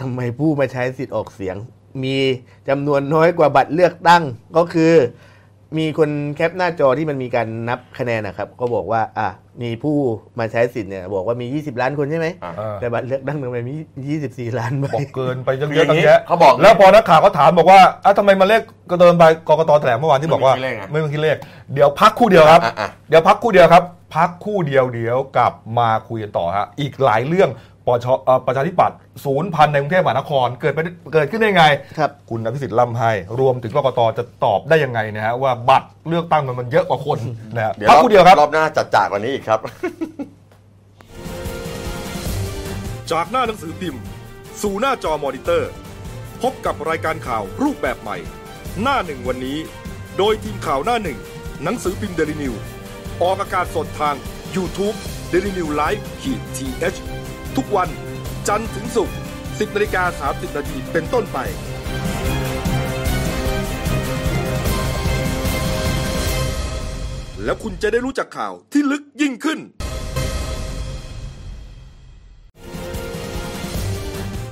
ทำไมผู้มาใช้สิทธิ์ออกเสียง มีจำนวนน้อยกว่าบัตรเลือกตั้ง ก็คือ มีคนแคปหน้าจอที่มันมีการนับคะแนนนะครับ ก็บอกว่า อ่ะมีผู้มาใช้สิทธิ์เนี่ย บอกว่ามี 20 ล้านคนใช่ไหม อ่ะ เออ แต่บัตรเลือกตั้งทำไมมี24 ล้านใบ บอกเกินไปเย คืออย่างอะๆตั้ นี้ งแยะ เขาบอก แล้วพอนักข่าวก็ถามบอกว่าอ่ะทำไมมาเลขก็เดินไปกกตแถลงเมื่อวานที่บอกว่า ไม่มีเลขอะ ไม่มีเลข เดี๋ยวพักครู่เดียวครับ อ่ะอ่ะ เดี๋ยวพักครู่เดียวครับ พักครู่เดียวเดี๋ยวกลับมาคุยกันต่อฮะอีกหลายเรื่องปชเอ่อประชาธิปัตย์ศูนย์พันในกรุงเทพมหานครเกิดไปเกิดขึ้นได้ไง ครับ คุณอภิสิทธิ์ล่ำไห้รวมถึงกกตจะตอบได้ยังไงนะฮะว่าบัตรเลือกตั้งมันมันเยอะกว่าคนนะฮะ เดี๋ยว พักครู่เดียวครับ รอบหน้าจัดจากกว่านี้อีกครับ จากหน้าหนังสือพิมพ์ สู่หน้าจอมอนิเตอร์ พบกับรายการข่าวรูปแบบใหม่ หน้าหนึ่งวันนี้ โดยทีมข่าวหน้าหนึ่ง หนังสือพิมพ์เดลิ e w วออกอากาศสดทาง y o u t u เดลิ e w วไลฟ์ขีดทีเทุกวันจันทร์ถึงศุกร์10นาฬิกา30นาทีเป็นต้นไป แล้วคุณจะได้รู้จักข่าวที่ลึกยิ่งขึ้น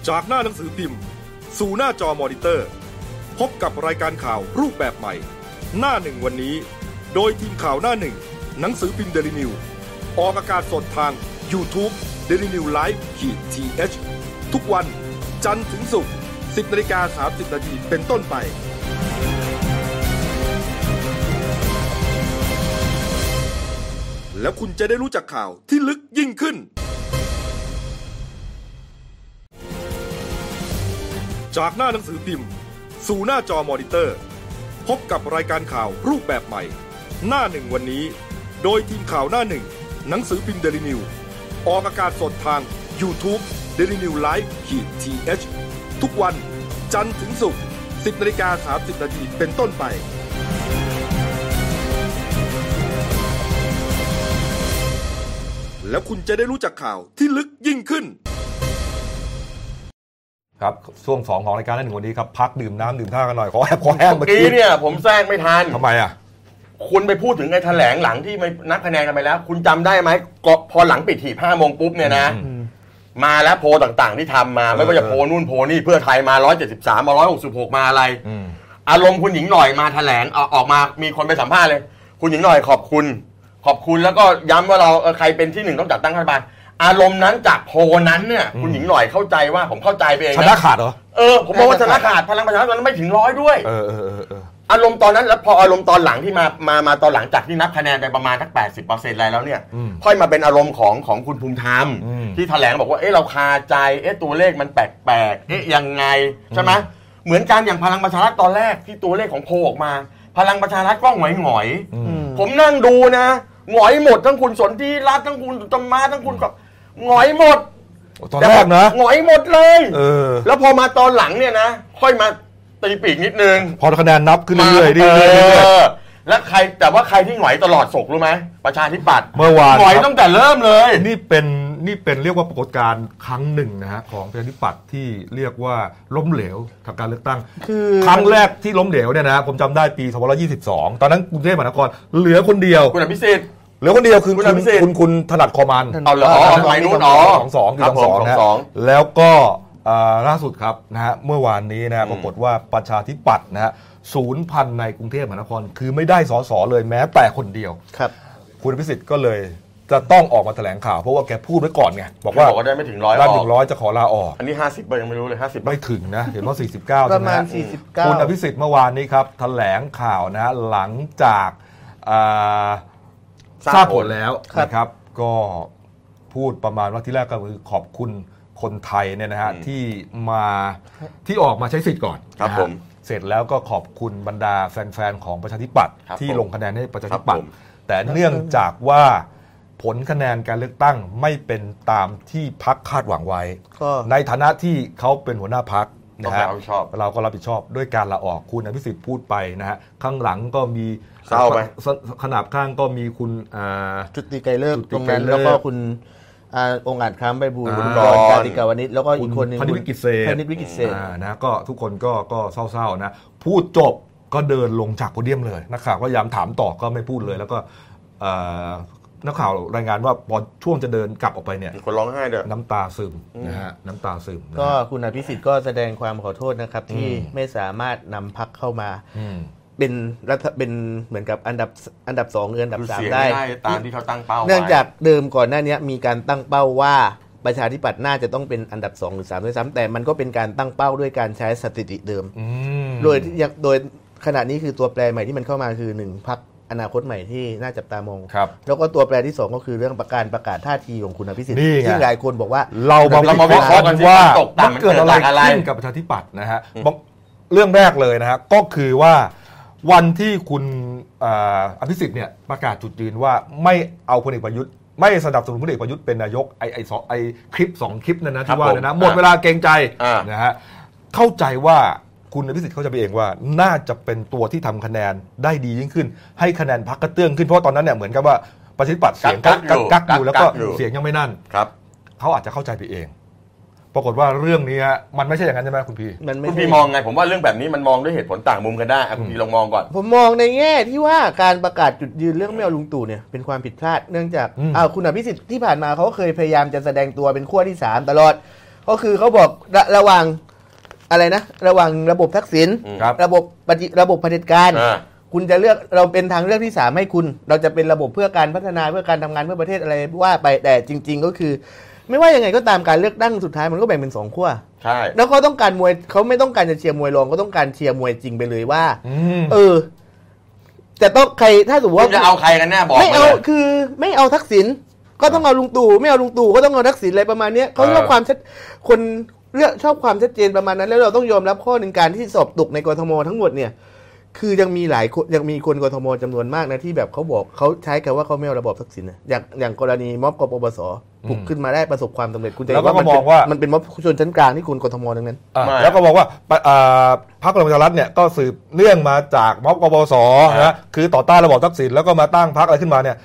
จากหน้าหนังสือพิมพ์ สู่หน้าจอมอนิเตอร์ พบกับรายการข่าวรูปแบบใหม่ หน้าหนึ่งวันนี้ โดยทีมข่าวหน้าหนึ่ง หนังสือพิมพ์เดลิ e w วออกอากาศสดทาง y o u t u เดลิ e w วไลฟ์ขีดทีเทุกวันจันทร์ถึงศุกร์10นาฬิกา30นาทีเป็นต้นไป แล้วคุณจะได้รู้จักข่าวที่ลึกยิ่งขึ้น จากหน้าหนังสือพิมพ์ สู่หน้าจอมอนิเตอร์ พบกับรายการข่าวรูปแบบใหม่ หน้าหนึ่งวันนี้ โดยทีมข่าวหน้าหนึ่ง หนังสือพิมพ์เดลิวิวออกอากาศสดทาง YouTube d e l i n e w l i v e ขีดทีทุกวันจันทร์ถึงศุกร์10นาฬิกา30นาทีเป็นต้นไป แล้วคุณจะได้รู้จักข่าวที่ลึกยิ่งขึ้น ครับช่วงสองของรายการหน้าหนึ่งวันนี้ครับพักดื่มน้ำดื่มท่ากันหน่อยขอแอบขอแห้งเมื่อ กี้ กี้ เนี่ยผมแทรกไม่ทัน ทำไมอ่ะ คุณไปพูดถึงไอ้แถลงหลังที่ไม่นับคะแนนกันไปแล้ว คุณจำได้ไหมก็พอหลังปิดหีบห้าโมงปุ๊บเนี่ยนะ มาแล้วโพลต่างๆที่ทำมา ไม่ว่าจะโพลนู่นโพลนี่เพื่อไทยมา 173 มา 166 มาอะไร อืม อารมณ์คุณหญิงหน่อยมาแถลงเอาออกมามีคนไปสัมภาษณ์เลย คุณหญิงหน่อยขอบคุณ ขอบคุณแล้วก็ย้ำว่าเราเอ่อใครเป็นที่หนึ่งต้องจัดตั้งรัฐบาลอารมณ์นั้นจากโพลนั้นเนี่ยคุณหญิงหน่อยเข้าใจว่าผมเข้าใจไปเอง ชนะ นะ ขาดเหรอ เออผมมองว่าชนะขาดพลังประชาชนไม่ถึงร้อยด้วย เออเออเออเออ อารมณ์ตอนนั้นแล้วพออารมณ์ตอนหลังที่มามามาตอนหลังจากที่นับคะแนนไปประมาณทัก 80เปอร์เซ็นต์อะไรแล้วเนี่ย ค่อยมาเป็นอารมณ์ของของคุณภูมิธรรม ที่แถลงบอกว่าเอ๊ะเราคาใจเอ๊ะตัวเลขมันแปลกๆเอ๊ะยังไง ใช่ไหมเหมือนการอย่างพลังประชารัฐตอนแรกที่ตัวเลขของโพลออกมา พลังประชารัฐก็หงอยหงอยๆผมนั่งดูนะหงอยหมดทั้งคุณสนธิรัตน์ทั้งคุณตมมาทั้งคุณก็หงอยหมด โอ้ตอนแรกนะ หงอยหมดเลย เออ แล้วพอมาตอนหลังเนี่ยนะ ค่อยมาตีปีกนิดนึง พอคะแนนนับขึ้นเรื่อยๆเรื่อยๆเรื่อย อแล้วใครแต่ว่าใครที่หงอยตลอดศกรู้ไหมประชาธิปัตย์ เมื่อวาน หงอย ครับ ตั้งแต่เริ่มเลย ๆนี่เป็นนี่เป็นเรียกว่าปรากฏการณ์ครั้งหนึ่งนะฮะของประชาธิปัตย์ที่เรียกว่าล้มเหลวทางการเลือกตั้ง คือ ครั้งแรกที่ล้มเหลวเนี่ยนะผมจำได้ปี2522 ตอนนั้นกรุงเทพมหานครเหลือคนเดียว คุณอภิสิทธิ์ เหลือคนเดียวคือ คุณ คุ อ ณ ภิสิทธิ์ คุณคุณถนัดคอมัน เอาเหรออ๋อสมัยนู้นอ๋อ สองสองคื ค อ รับ สอง ผ ส ม อง สอง นะ สอง แล้วก็อ่าล่าสุดครับนะฮะเมื่อวานนี้นะฮะปรากฏว่าประชาธิปัตย์นะฮะศูนย์พันในกรุงเทพมหานคร คือไม่ได้สอสอเลยแม้แต่คนเดียว ครับ คุณพิสิทธิ์ก็เลยจะต้องออกมาแถลงข่าว เพราะว่าแกพูดไว้ก่อนไงบอกว่า บอกว่าได้ไม่ถึงร้อย ด้าน ออก ถึงร้อยจะขอลาออก อันนี้ 50เบอร์ยังไม่รู้เลย 50เบอร์ ไม่ถึงนะ เห็นว่า 49 ป ใช่ ระ ไหม มาณ ฮะ 49 คุณอภิสิทธิ์เมื่อวานนี้ครับแถลงข่าวนะฮะหลังจากอ่าทราบผลแล้ว ครับ นะครับ ก็พูดประมาณว่าที่แรกก็คือขอบคุณคนไทยเนี่ยนะฮะที่มาที่ออกมาใช้สิทธิ์ก่อน ครับ นะฮะ ผม เสร็จแล้วก็ขอบคุณบรรดาแฟนๆของประชาธิปัตย์ ครับ ที่ ผม ลงคะแนนให้ประชาธิปัต ครับผมย์แต่เนื่องจากว่าผลคะแนนการเลือกตั้งไม่เป็นตามที่พักคาดหวังไว้ ก็ ในฐานะที่เขาเป็นหัวหน้าพัก ต้องรับผิดชอบ เราก็รับผิดชอบด้วยการลาออกคุณอภิสิทธิ์พูดไปนะฮะข้างหลังก็มี เศร้าไหม สขนาบข้างก็มีคุณอ่า จุติไกรเลิกษ์ตจุติรงนั้น ไกรเลิกษ์ แล้วก็คุณอาองค์อาจคล้ำไปบูลย์คุอ่าณกรณ์การติกาวนิชแล้วก็อีกคนหนึ่ง คุณพนิชวิกิจเศษ พนิชวิกิจเศษ อ่านะก็ทุกคนก็ก็เศร้าๆนะพูดจบก็เดินลงจากโพเดียมเลยนักข่าวก็พยายามถามต่อก็ไม่พูดเลย แล้วก็อ่านักข่าวรายงานว่าพอช่วงจะเดินกลับออกไปเนี่ย มีคนร้องไห้เด้อ น้ำตาซึมนะฮะน้ำตาซึมนะ ก็ ฮะ คุณอภิสิทธิ์ก็แสดงความขอโทษนะครับ ที่ไม่สามารถนำพักเข้ามา อืม เป็นรัฐเป็นเหมือนกับอันดับอันดับสองหรืออันดับ คือ สาม เสียง ได้ ไม่ได้ตามที่เขาตั้งเป้าไว้ เนื่องจากเดิมก่อนหน้านี้มีการตั้งเป้าว่าประชาธิปัตย์น่าจะต้องเป็นอันดับสองหรือสามด้วยซ้ำแต่มันก็เป็นการตั้งเป้าด้วยการใช้สถิติเดิม อืม โดยที่ยังโดยขณะนี้คือตัวแปรใหม่ที่มันเข้ามาคือหนึ่งพักอนาคตใหม่ที่น่าจับตามอง ครับ แล้วก็ตัวแปรที่สองก็คือเรื่องประการประกาศท่าทีของคุณอภิสิทธิ์ นี่ไง ซึ่งหลายคนบอกว่า เรามา เรามาวิเคราะห์กันสิ ว่า ตกต่ำ มันเกิดอะไร มันเกิดจากอะไร ขึ้นกับประชาธิปัตย์นะฮะบอกเรื่องแรกเลยนะฮะก็คือว่าวันที่คุณอ่าอภิสิทธิ์เนี่ยประกาศจุดยืนว่าไม่เอาพลเอกประยุทธ์ ไม่สนับสนุนพลเอกประยุทธ์เป็นนายกไอไอสองไอคลิปสองคลิปนั่นนะที่ว่านะนะ ผม หมดเวลาเกรงใจ อ่าน นะฮะเข้าใจว่าคุณอภิสิทธิ์เข้าใจไปเองว่าน่าจะเป็นตัวที่ทำคะแนนได้ดียิ่งขึ้น ให้คะแนนพรรคกระเตื้องขึ้นเพราะว่าตอนนั้นเนี่ยเหมือนกับว่าประชาธิปัตย์เสียงกักกักกักอยู่แล้วก็เสียงยังไม่นั่น ครับ เขาอาจจะเข้าใจไปเอง ปรากฏว่าเรื่องนี้ฮะมันไม่ใช่อย่างนั้นใช่ไหมคุณพี่ มันไม่ คุณ ใช่ พี่มองไงผมว่าเรื่องแบบนี้มันมองด้วยเหตุผลต่างมุมกันได้อ่ะคุณพี่ลองมองก่อน ผมมองในแง่ที่ว่าการประกาศจุดยืนเรื่องไม่เอาลุงตู่เนี่ยเป็นความผิดพลาดเนื่องจาก อืม อ้าวคุณอภิสิทธิ์ที่ผ่านมาเขาเคยพยายามจะแสดงตัวเป็นขั้วที่สามตลอด ก็คือเขาบอกระระหว่างอะไรนะ ระหว่างระบบทักษิณ อืม ครับ ระบบปฏิระบบเผด็จการ อ่า คุณจะเลือกเราเป็นทางเลือกที่สามให้คุณ เราจะเป็นระบบเพื่อการพัฒนาเพื่อการทำงานเพื่อประเทศอะไรว่าไปแต่จริง ๆ ก็คือ ไม่ว่ายังไงก็ตามการเลือกตั้งสุดท้ายมันก็แบ่งเป็นสองขั้ว ใช่ แล้วเขาต้องการมวยเขาไม่ต้องการจะเชียร์มวยรองก็ต้องการเชียร์มวยจริงไปเลยว่า อืม เออ แต่ต้องใครถ้าสมมติ คุ ว่า ณจะเอาใครกันแน่บอก ไม่ มา เอา เลย คือไม่เอาทักษิณก็ต้องเอาลุงตู่ไม่เอาลุงตู่ก็ต้องเอาทักษิณอะไรประมาณเนี้ยเขาชอบ เออ ความชัดคนเลือกชอบความชัดเจนประมาณนั้น แล้วเราต้องยอมรับข้อหนึ่งการที่สอบตกในกรทมทั้งหมดเนี่ย คือยังมีหลายคนยังมีคนกทมจำนวนมากนะที่แบบเขาบอกเขาใช้กันว่าเขาไม่เอาระบอบทักษิณนะอย่างอย่างกรณีม็อบกปปสปลุกขึ้นมาได้ประสบความสำเร็จคุณจะเห็น แล้วก็ นเป็น มองว่า นเป็นม็อบชนชั้นกลางที่คุณกทมทั้งนั้น อ่ะ ไม่ แล้วก็บอกว่าปะอ่าพรรคพลังประชารัฐเนี่ยก็สืบเนื่องมาจากม็อบกบสนะคือต่อต้านระบอบทักษิณแล้วก็มาตั้งพรรคอะไรขึ้นมาเนี่ย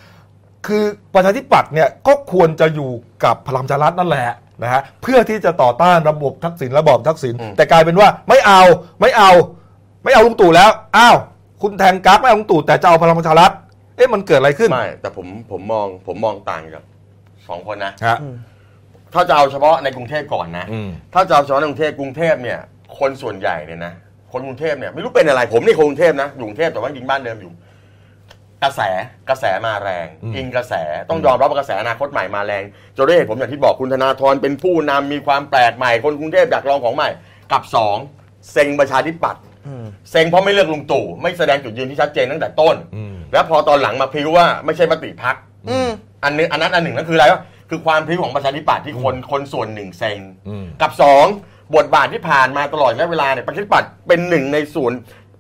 คือประชาธิปัตย์เนี่ยก็ควรจะอยู่กับพลังประชารัฐนั่นแหละนะฮะเพื่อที่จะต่อต้านระบบทักษิณระบอบทักษิณแต่กลายเป็นว่าไม่เอาไม่เอา ไม่เอาลุงตู่แล้วอ้าวคุณแทงกั๊กไม่เอาลุงตู่แต่จะเอาพลังประชารัฐเอ๊ะมันเกิดอะไรขึ้น ไม่แต่ผมผมมองผมมองต่างกับสองคนนะ ฮะ ถ้าจะเอาเฉพาะในกรุงเทพก่อนนะ อืม ถ้าจะเอาเฉพาะในกรุงเทพกรุงเทพเนี่ย คนส่วนใหญ่เนี่ยนะ คนกรุงเทพเนี่ยไม่รู้เป็นอะไร ผมนี่คนกรุงเทพนะอยู่กรุงเทพแต่ว่ายิงบ้านเดิมอยู่ กระแสกระแสมาแรงอิงกระแสต้องยอมรับว่ากระแสอนาคตใหม่มาแรงจะด้วยเหตุผมอย่างที่บอกคุณธนาธรเป็นผู้นำมีความแปลกใหม่ คนกรุงเทพอยากลองของใหม่ กับสองเซ็งประชาธิปัตย์เซ็งเพราะไม่เลือกลุงตู่ไม่แสดงจุดยืนที่ชัดเจนตั้งแต่ต้น อืม แล้วพอตอนหลังมาพริ้วว่าไม่ใช่มติพักอันนึงอันนั้นอันหนึ่งนั่นคืออะไรวะคือความพริ้วของประชาธิปัตย์ที่คนคนส่วนหนึ่งเซ็ง อืม กับสองบทบาทที่ผ่านมาตลอดระยะเวลาเนี่ยประชาธิปัตย์เป็นหนึ่งในส่วน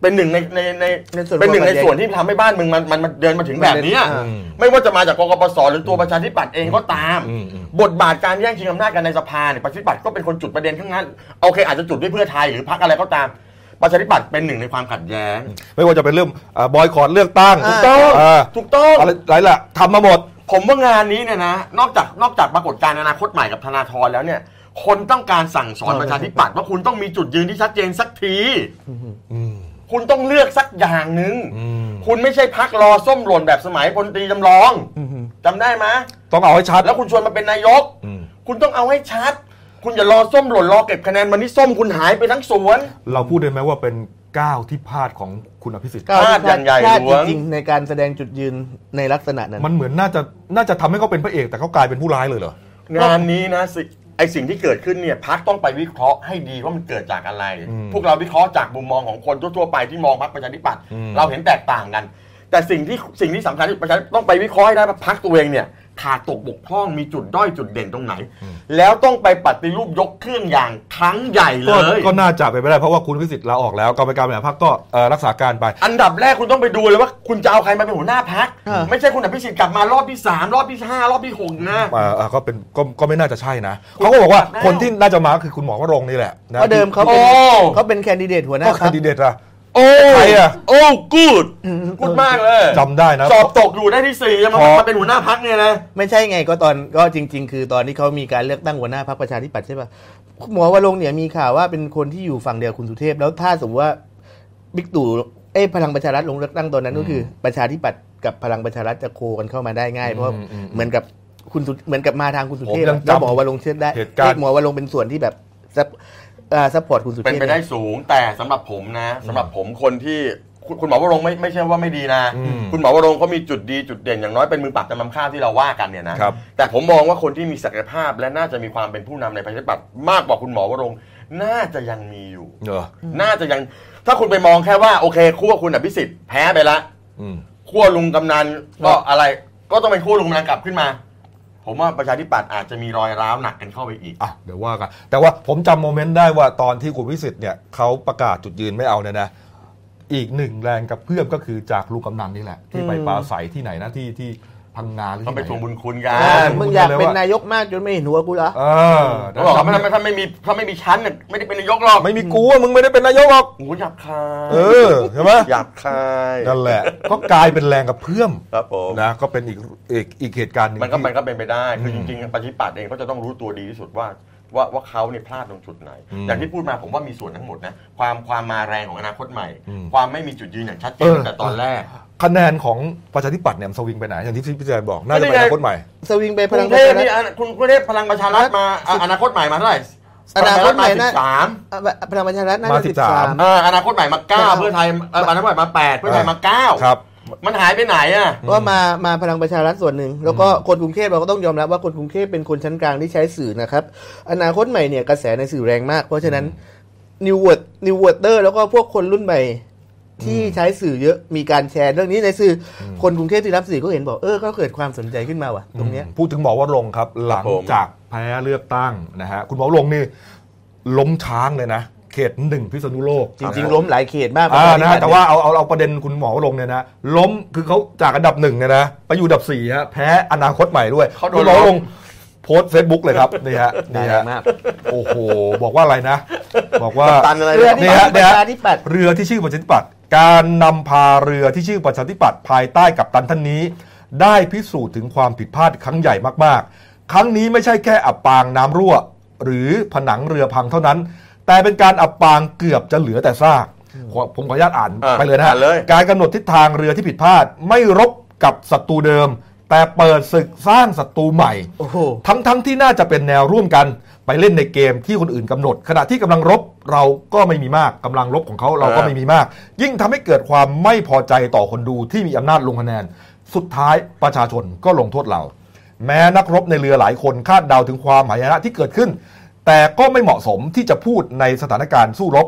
เป็นหนึ่งในในใน ในส่วน เป็นหนึ่งใน ความขัดแย้ง ส่วนที่ทำให้บ้านเมืองมันมันมันเดินมาถึงแบบเนี้ย อ่า ไม่ว่าจะมาจากกกปสหรือตัวประชาธิปัตย์เองก็ตาม อืมอืม บทบาทการแย่งชิงอำนาจกันในสภาเนี่ยประชาธิปัตย์ก็เป็นคนจุดประเด็นทั้งนั้นโอเค อาจจะจุดด้วยเพื่อไทยหรือพรรคอะไรก็ตาม ประชาธิปัตย์เป็นหนึ่งในความขัดแย้ง ไม่ว่าจะเป็นเรื่องบอยคอรเลือกตั้ง อ่า า ถูกต้อง อะไรหลายละทำมาหมด ผมว่างานนี้เนี่ยนะ นอกจากนอกจากปรากฏการณ์อนาคตใหม่กับธนาธรแล้วเนี่ย คนต้องการสั่งสอน เออ ประชาธิปัตย์ว่าคุณต้องมีจุดยืนที่ชัดเจนสักที คุณต้องเลือกสักอย่างหนึ่งคุณไม่ใช่พักรอส้มหล่นแบบสมัยพลตรีจำลองจำได้ไหมย ต้องเอาให้ชัด แล้วคุณชวนมาเป็นนายก อืม คุณต้องเอาให้ชัด คุณอย่ารอส้มหล่นรอเก็บคะแนนวันนี้ส้มคุณหายไปทั้งสวน เราพูดได้ไหมว่าเป็นก้าวที่พลาดของคุณอภิสิทธิ์พก้าวที่ลาดอย่างใหญ่ พลาด หล จ วง ริงๆในการแสดงจุดยืนในลักษณะนั้น มันเหมือนน่าจะน่าจะทำให้เขาเป็นพระเอกแต่เขากลายเป็นผู้ร้ายเลยเหรอ งานนี้นะสิไอสิ่งที่เกิดขึ้นเนี่ยพักต้องไปวิเคราะห์ให้ดีว่ามันเกิดจากอะไร พวกเราวิเคราะห์จากมุมมองของคนทั่วๆไปที่มองพักประชาธิปัตย์เราเห็นแตกต่างกัน แต่สิ่งที่สิ่งที่สำคัญที่ประชาธิปัตย์ต้องไปวิเคราะห์ให้ได้ว่าพักตัวเองเนี่ยขาดตกบกพร่องมีจุดด้อยจุดเด่นตรงไหน แล้วต้องไปปฏิรูปยกเครื่องอย่างครั้งใหญ่เล ก็ ย ก็น่าจะไปนไม่ได้เพราะว่าคุณอภิสิทธิ์ลาออกแล้วกรรมการบริหารพรรคก็เอ่อรักษาการไป อันดับแรกคุณต้องไปดูเลยว่าคุณจะเอาใครมาเป็นหัวหน้าพัก อ่า ไม่ใช่คุณอภิสิทธิ์กลับมารอบที่สามรอบที่ห้ารอบที่หกนะ อ่าอ่าก็เป็นก็ก็ไม่น่าจะใช่นะเขาก็บอกว่า แล้ว คนที่น่าจะมาคือคุณหมอวรงค์นี่แหละนะ เพราะเดิมเขาเป็น โอ้ เขาเป็นแคนดิเดตหัวหน้า ก็ พร คั ร น ค ดิเดตอะ โอ้ ใครอะ โอ้กูดกูดมากเลย จำได้นะ สอบตกอยู่ได้ที่สี่ยังมา พอ มาเป็นหัวหน้าพักเนี่ยนะ ไม่ใช่ไงก็ตอนก็จริง ๆ คือตอนที่เขามีการเลือกตั้งหัวหน้าพรรคประชาธิปัตย์ใช่ปะหมอวรงค์เนี่ยมีข่าวว่าเป็นคนที่อยู่ฝั่งเดียวคุณสุเทพ แล้วถ้าสมมติว่าบิ๊กตู่เอ้ยพลังประชารัฐลงเลือกตั้งตอนนั้นก็คือ ประชาธิปัตย์กับพลังประชารัฐจะโคกันเข้ามาได้ง่าย เพราะ อืมอืม เหมือนกับคุณสุเหมือนกับมาทางคุณสุเทพ ผมยังจำ แล้วหมอวรงค์เชื่อได้ เหตุการณ์ หมอวรงค์เป็นส่วนที่แบบซัพอ่าซัพพอร์ตคุณสุเทพ เป็นไปได้สูงแต่สำหรับผมนะสำหรับผมคนที่คุณคุณหมอวรงค์ไม่ไม่ใช่ว่าไม่ดีนะ อืม คุณหมอวรงค์เขามีจุดดีจุดเด่นอย่างน้อยเป็นมือปราบจำนำข้าวที่เราว่ากันเนี่ยนะครับ แต่ผมมองว่าคนที่มีศักยภาพและน่าจะมีความเป็นผู้นำในประชาธิปัตย์มากกว่าคุณหมอวรงค์น่าจะยังมีอยู่ เออ น่าจะยังถ้าคุณไปมองแค่ว่าโอเคคู่วคุณอภิสิทธิ์แพ้ไปละ อืม ขั้วลุงกำนันก็อะไรก็ต้องเป็นขั้วลุงกำนันกลับขึ้นมา ผมว่าประชาธิปัตย์อาจจะมีรอยร้าวหนักกันเข้าไปอีก อ่ะเดี๋ยวว่ากันแต่ว่าผมจำโมเมนต์ได้ว่าตอนที่คุณวิสิทธิ์เนี่ยเขาประกาศจุดยืนไม่เอาเนี่ยนะ อีกหนึ่งแรงกับเพื่อมก็คือจากลูกกำนันนี่แหละ ที่ไปปราศัยที่ไหนนะที่ที่พังงาหรือ ต้อง ที่ ไป หน ทวงบุญคุณกั อ่าน มึงอยากเป็นนายกมากจนไม่เห็นหัวกูเหรอ เออ เขาบอกว่าถ้าไม่ถ้าไม่มีถ้าไม่มีชั้นเนี่ยไม่ได้เป็นนายกหรอก ไม่มีกูอะมึงไม่ได้เป็นนายกหรอก โอ้โหหยาบคาย เออใช่ไหม หยาบคาย นั่นแหละ ก็กลายเป็นแรงกับเพื่อม ครับผม นะก็เป็นอีกอีกอีกเหตุการณ์หนึ่ง มันก็มัน ที่ ก็เป็นไปได้คือจริงๆประชาธิปัตย์เองก็จะต้องรู้ตัวดีที่สุดว่า ว่าว่าเขาเนี่ยพลาดตรงจุดไหน อืม อย่างที่พูดมาผมว่ามีส่วนทั้งหมดนะความความมาแรงของอนาคตใหม่ อืม ความไม่มีจุดยืนอย่างชัดเจ เอน อ ตั้งแต่ตอนแรก คะแนนของประชาธิปัตย์เนี่ยมันสวิงไปไหนอย่างที่พี่แจบอกน่าจะ ไม่ ไป ได้ อนาคตใหม่ สวิงไปกพลั รุ ง ง ป เท ระ พ ชารัฐ นี่อ่ะคุณกรุงเทพพลังประชารัฐมาอ่ะอนาคตใหม่มาเท่าไหร่ อนาคตใหม่ปน่าระชารัฐาสิบสาม อ่ะพลังประชารัฐน่า มา จะ สิ สิ บบ สา สาม ม อ่าอนาคตใหม่มาเก้า เก้า เพื่อไทยเอ่ออนาคตใหม่มาแปดเพื่อไทยมาเก้า ครับ มันหายไปไหนอ่ะ ว่ามามาพลังประชารัฐส่วนหนึ่ง แล้วก็คนกรุงเทพเราก็ต้องยอมรับว่าคนกรุงเทพเป็นคนชั้นกลางที่ใช้สื่อนะครับ อนาคตใหม่เนี่ยกระแสในสื่อแรงมาก เพราะฉะนั้นนิวเวิร์ดนิวเวิร์ดเดอร์แล้วก็พวกคนรุ่นใหม่ที่ใช้สื่อเยอะมีการแชร์เรื่องนี้ในสื่ออคนกรุงเทพที่รับสื่อก็เห็นบอกเออก็เกิดความสนใจขึ้นมาว่ะตรงเนี้ย พูดถึงหมอวรงค์ครับ หลัง ผม จากแพ้เลือกตั้งนะฮะคุณหมอวรงค์นี่ล้มช้างเลยนะ เขตหนึ่งพิษณุโลก จริง ๆ ล้มหลายเขตมาก อ่านะฮะ ปรมณ แต่ว่าเอาเอาเอาประเด็นคุณหมอวรงค์เนี่ยนะล้มคือเขาจากอันดับหนึ่งเนี่ยนะไปอยู่อันดับสี่ฮะแพ้อนาคตใหม่ด้วย เขาโดน คุณหมอวรงค์โพสเฟซบุ๊กเลยครับ นี่ฮะ ด่า นี่ แร ฮะ งมาก โอ้โห บอกว่าอะไรนะ บอกว่า ตันอะไร เรื่ เนี่ อย งนี้ เนี่ยปฮะระชาธิปัตย์ เรือที่ชื่อประชาธิปัตย์การนำพาเรือที่ชื่อประชาธิปัตย์ภายใต้กับตันท่านนี้ ได้พิสูจน์ถึงความผิดพลาดครั้งใหญ่มากๆ ครั้งนี้ไม่ใช่แค่อับปางน้ำรั่ว หรือผนังเรือพังเท่านั้น แต่เป็นการอับปางเกือบจะเหลือแต่ซากขอผมขออนุญาตอ่าน อ่ะ ไปเลยนะฮะ อ่านเลย การกำหนดทิศทางเรือที่ผิดพลาด ไม่รบกับศัตรูเดิม แต่เปิดศึกสร้างศัตรูใหม่ โอ้โห ทั้งๆที่น่าจะเป็นแนวร่วมกันไปเล่นในเกมที่คนอื่นกำหนด ขณะที่กำลังรบเราก็ไม่มีมากกำลังรบของเขาเราก็ไม่มีมาก ยิ่งทำให้เกิดความไม่พอใจต่อคนดูที่มีอำนาจลงคะแนน สุดท้ายประชาชนก็ลงโทษเรา แม้นักรบในเรือหลายคนคาดเดาถึงความหายนะที่เกิดขึ้น แต่ก็ไม่เหมาะสมที่จะพูดในสถานการณ์สู้รบ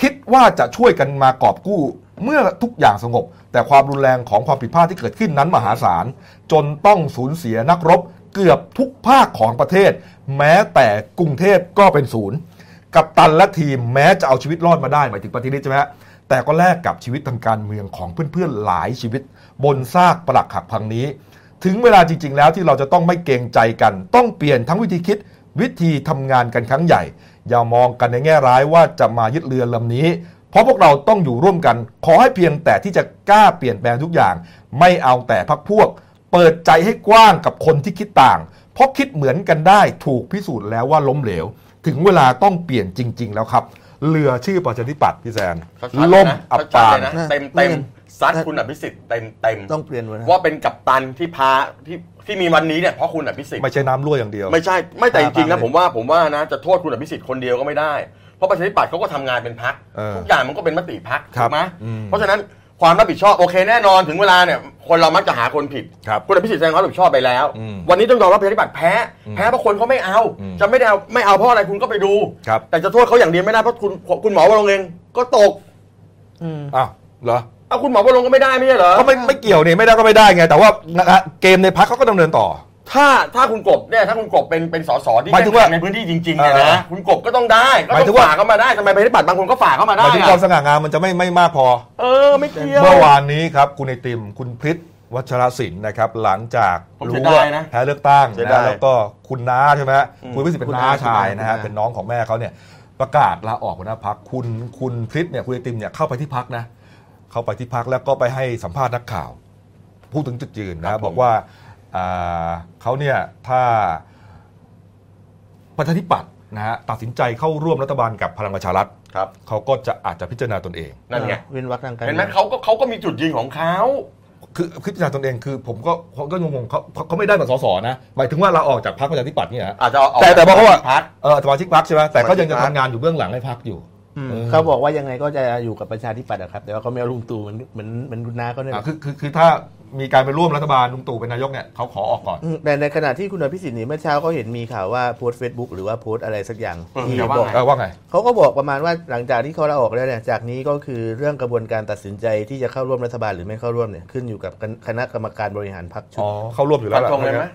คิดว่าจะช่วยกันมากอบกู้เมื่อทุกอย่างสงบ แต่ความรุนแรงของความผิดพลาดที่เกิดขึ้นนั้นมหาศาล จนต้องสูญเสียนักรบเกือบทุกภาคของประเทศ แม้แต่กรุงเทพก็เป็นศูนย์ กับตันและทีมแม้จะเอาชีวิตรอดมาได้หมายถึงปฏิริษีใช่ไหมฮะแต่ก็แลกกับชีวิตทางการเมืองของเพื่อนๆหลายชีวิต บนซากปรักหักพังนี้ ถึงเวลาจริง ๆ แล้วที่เราจะต้องไม่เกรงใจกัน ต้องเปลี่ยนทั้งวิธีคิด วิธีทำงานกันครั้งใหญ่ อย่ามองกันในแง่ร้ายว่าจะมายึดเรือลำนี้ เพราะพวกเราต้องอยู่ร่วมกัน ขอให้เพียงแต่ที่จะกล้าเปลี่ยนแปลงทุกอย่าง ไม่เอาแต่พักพวก เปิดใจให้กว้างกับคนที่คิดต่าง เพราะคิดเหมือนกันได้ถูกพิสูจน์แล้วว่าล้มเหลว ถึงเวลาต้องเปลี่ยนจริง ๆ แล้วครับ เรือชื่อประชาธิปัตย์พี่แซน ชัดๆเลย ล่ม นะ อับ ชัดๆปาง เลยนะเต็มเต็มๆซัดคุณอภิสิทธิ์เต็มเต็มๆ ต้องเปลี่ยนวันนะ ว่าเป็นกัปตันที่พาที่ที่มีวันนี้เนี่ยเพราะคุณอภิสิทธิ์ ไม่ใช่น้ำรั่วอย่างเดียว ไม่ใช่ไม่แต่จริงๆ ตาม นะ เลย ผมว่าผมว่านะจะโทษคุณอภิสิทธิ์คนเดียวก็ไม่ได้ เพราะประชาธิปัตย์เขาก็ทำงานเป็นพัก เออ ทุกอย่างมันก็เป็นมติพัก ครับ ถูกไหม อืม เพราะฉะนั้นความรับผิดชอบโอเคแน่นอนถึงเวลาเนี่ยคนเรามักจะหาคนผิด ครับ ณอภิสิทธิ์แสดงความรับผิดชอบไปแล้ว อืม วันนี้ต้องยอมรับประชาธิปัตย์แพ้แพ้เพราะคนเขาไม่เอา อืม จะไม่ได้เอาไม่เอาเพราะอะไรคุณก็ไปดู ครับ แต่จะโทษเขาอย่างเดียวไม่ได้เพราะคุณคุณหมอวรงค์เองก็ตก อ้าวเหรอ เอาคุณหมอวรงค์ก็ไม่ได้ไม่ใช่เหรอ ก็ไม่ไม่เกี่ยวนี่ไม่ได้ก็ไม่ได้ไง แต่ว่าเกมในพักเขาก็ดำเนินต่อ ถ้าถ้าคุณกบเนี่ยถ้าคุณกบเป็นเป็นสสที่ หมายถึงว่า แข่ในพื้นที่จริงๆเนี่ย เออ นะคุณกบก็ต้องได้ก็ หมายถึ ต้อง ง ว่า ฝากเข้ามาได้ทำไมประชาธิปัตย์บางคนก็ฝากเข้ามา ห ได้ มายถึง อะ ความสง่างามมันจะไม่ไม่มากพอ เออไม่เกี่ยว เมื่อวานนี้ครับ คุณไอติม คุณพริษวัชรศิลป์นะครับ หลังจาก ผม รู้ เสีย ว่า ดายนะ แพ้เลือกตั้ง เสีย นะ ดาย แล้วก็คุณน้าใช่ไหมฮะ อืม คุณพิสิทธิ์เป็นน้าชายนะฮะเป็นน้องของแม่เขาเนี่ย ประกาศลาออกหัวหน้าพักคุณคุณพริษเนี่ยคุณไอติมเนี่ยเข้าไปที่พักนะ เข้าไปที่พักแล้วก็ไปให้สัมภาษณ์นักข่าว พูดถึงจุดยืนนะบอกว่าอ่าเขาเนี่ยถ้า ประชาธิปัตย์นะฮะตัดสินใจเข้าร่วมรัฐบาลกับพลังประชารัฐ ครับ เขาก็จะอาจจะพิจารณาตนเอง นั่นไง เว้นวรรคทางการ เห็นไหมเขาก็เขาก็มีจุดยืนของเขา คือพิจารณาตนเองคือผมก็ผมก็งงๆเขาเขาเขาไม่ได้เหมือนสสนะหมายถึงว่าเราออกจากพรรคประชาธิปัตย์เนี่ยฮะ อาจจะเอา แต่แต่บอกเขาว่า พัก เออสมาชิกพรรคใช่ไหมแต่ก็ยังจะ สมาชิกพรรค ทำงานอยู่เบื้องหลังให้พรรคอยู่ อืม เออ เขาบอกว่ายังไงก็จะอยู่กับประชาธิปัตย์อะครับ แต่ว่าเขาไม่เอาลุงตู่เหมือนเหมือนเหมือนคุณน้าเขาเนี่ย อ่ะคือคือคือถ้ามีการไปร่วมรัฐบาลลุงตู่เป็นนายกเนี่ยเขาขอออกก่อน อืมแต่ในขณะที่คุณอภิสิทธิ์นี่เมื่อเช้าเขาเห็นมีข่าวว่าโพสต์เฟซบุ๊กหรือว่าโพสต์อะไรสักอย่าง เออ ที่ เดี๋ยวว่า บอก ไง เออว่าไง เขาก็บอกประมาณว่าหลังจากที่เขาลาออกแล้วเนี่ยจากนี้ก็คือเรื่องกระบวนการตัดสินใจที่จะเข้าร่วมรัฐบาลหรือไม่เข้าร่วมเนี่ยขึ้นอยู่กับคณะกรรมการบริหารพรรคชุ อ๋ ด อ เข้าร่วมอยู่แล้ ฟั วนล่ะ ธงเลยไหม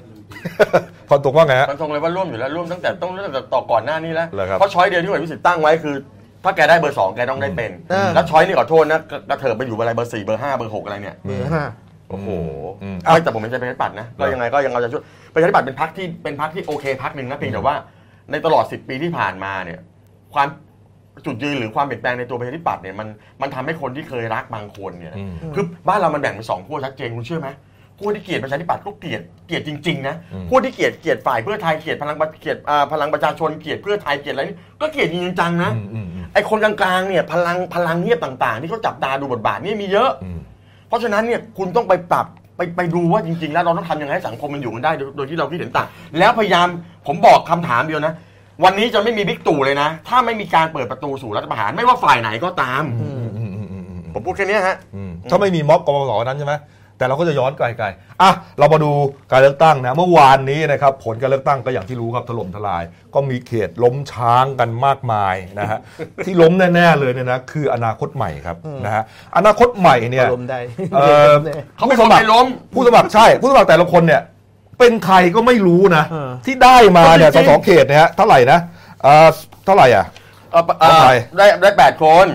ฟันตรงว่าไงฮะ ฟันธงเลยว่าร่วมอยู่แล้วร่วมตั้งแต่ต้องตั้งแต่ต่อก่อนหน้านี้แล้ว เหรอครับ เพราะช้อยเดียวที่คุณพิสิทธิ์ตั้งไว้คือ ถ้าแกได้เบอร์สองแกต้องได้เป็น แล้วช้อยนี่ขอโทษนะกระเถิบไปอยู่อะไรเบอร์สี่เบอร์ห้าเบอร์หกอะไรเนี่ย เบอร์ห้า โอ้โห อืม ไม่แต่ผมไม่ใช่ประชาธิปัตย์นะ ก็ยังไงก็ยังเอาใจช่วยประชาธิปัตย์เป็นพรรคที่เป็นพรรคที่โอเคพรรคหนึ่งนะเพียงแต่ว่าในตลอด 10 ปีที่ผ่านมาเนี่ย ความจุดยืนหรือความเปลี่ยนแปลงในตัวประชาธิปัตย์เนี่ยมันมันทำให้คนที่เคยรักบางคนเนี่ย อืม คือบ้านเรามันแบ่งเป็นสองขั้วชัดเจนคุณเชื่อไหมขั้วที่เกลียดประชาธิปัตย์ก็เกลียดเกลียดจริงๆนะ อืม ขั้วที่เกลียดเกลียดฝ่ายเพื่อไทยเกลียดพลังประเกลียดอ่าพลังประชาชนเกลียดเพื่อไทยเกลียดอะไรนี่ก็เกลียดจริงๆจังๆนะ อืมอืมอืม ไอ้คนกลางๆเนี่ยพลังพลังเงียบต่างๆ ที่เขาจับตาดูบทบาทเนี่ยมีเยอะ อืม เพราะฉะนั้นเนี่ยคุณต้องไปปรับไปไปดูว่าจริง ๆ แล้วเราต้องทำยังไงให้สังคมมันอยู่กันได้โดยโดยที่เราคิดเห็นต่างแล้วพยายามผมบอกคำถามเดียวนะ วันนี้จะไม่มีบิ๊กตู่เลยนะ ถ้าไม่มีการเปิดประตูสู่รัฐประหารไม่ว่าฝ่ายไหนก็ตาม อืมอืมอืมอืมอืม ผมพูดแค่เนี้ยฮะ อืมถ้าไม่มีม็อบกบสนั้นใช่ไหมแต่เราก็จะย้อนไกลๆอ่ะเรามาดูการเลือกตั้งนะ เมื่อวานนี้นะครับผลการเลือกตั้งก็อย่างที่รู้ครับถล่มทลาย ก็มีเขตล้มช้างกันมากมายนะ ฮะ ที่ล้มแน่ๆเลยเนี่ยนะคืออนาคตใหม่ครับนะฮะอนาคตใหม่เนี่ย อารมณ์ได้ เอ่อ เขาเป็นคนไปล้ม ผู้สมัครใช่ ผู้สมัครแต่ละคนเนี่ยเป็นใครก็ไม่รู้นะ เออ ที่ได้มาเนี่ยจสริงๆ สเขตเนี่ยฮะเท่าไหร่นะเอ่อเท่าไหร่อ่ะ เอ่อเอ่อ ของไทย ได้ได้แปดคน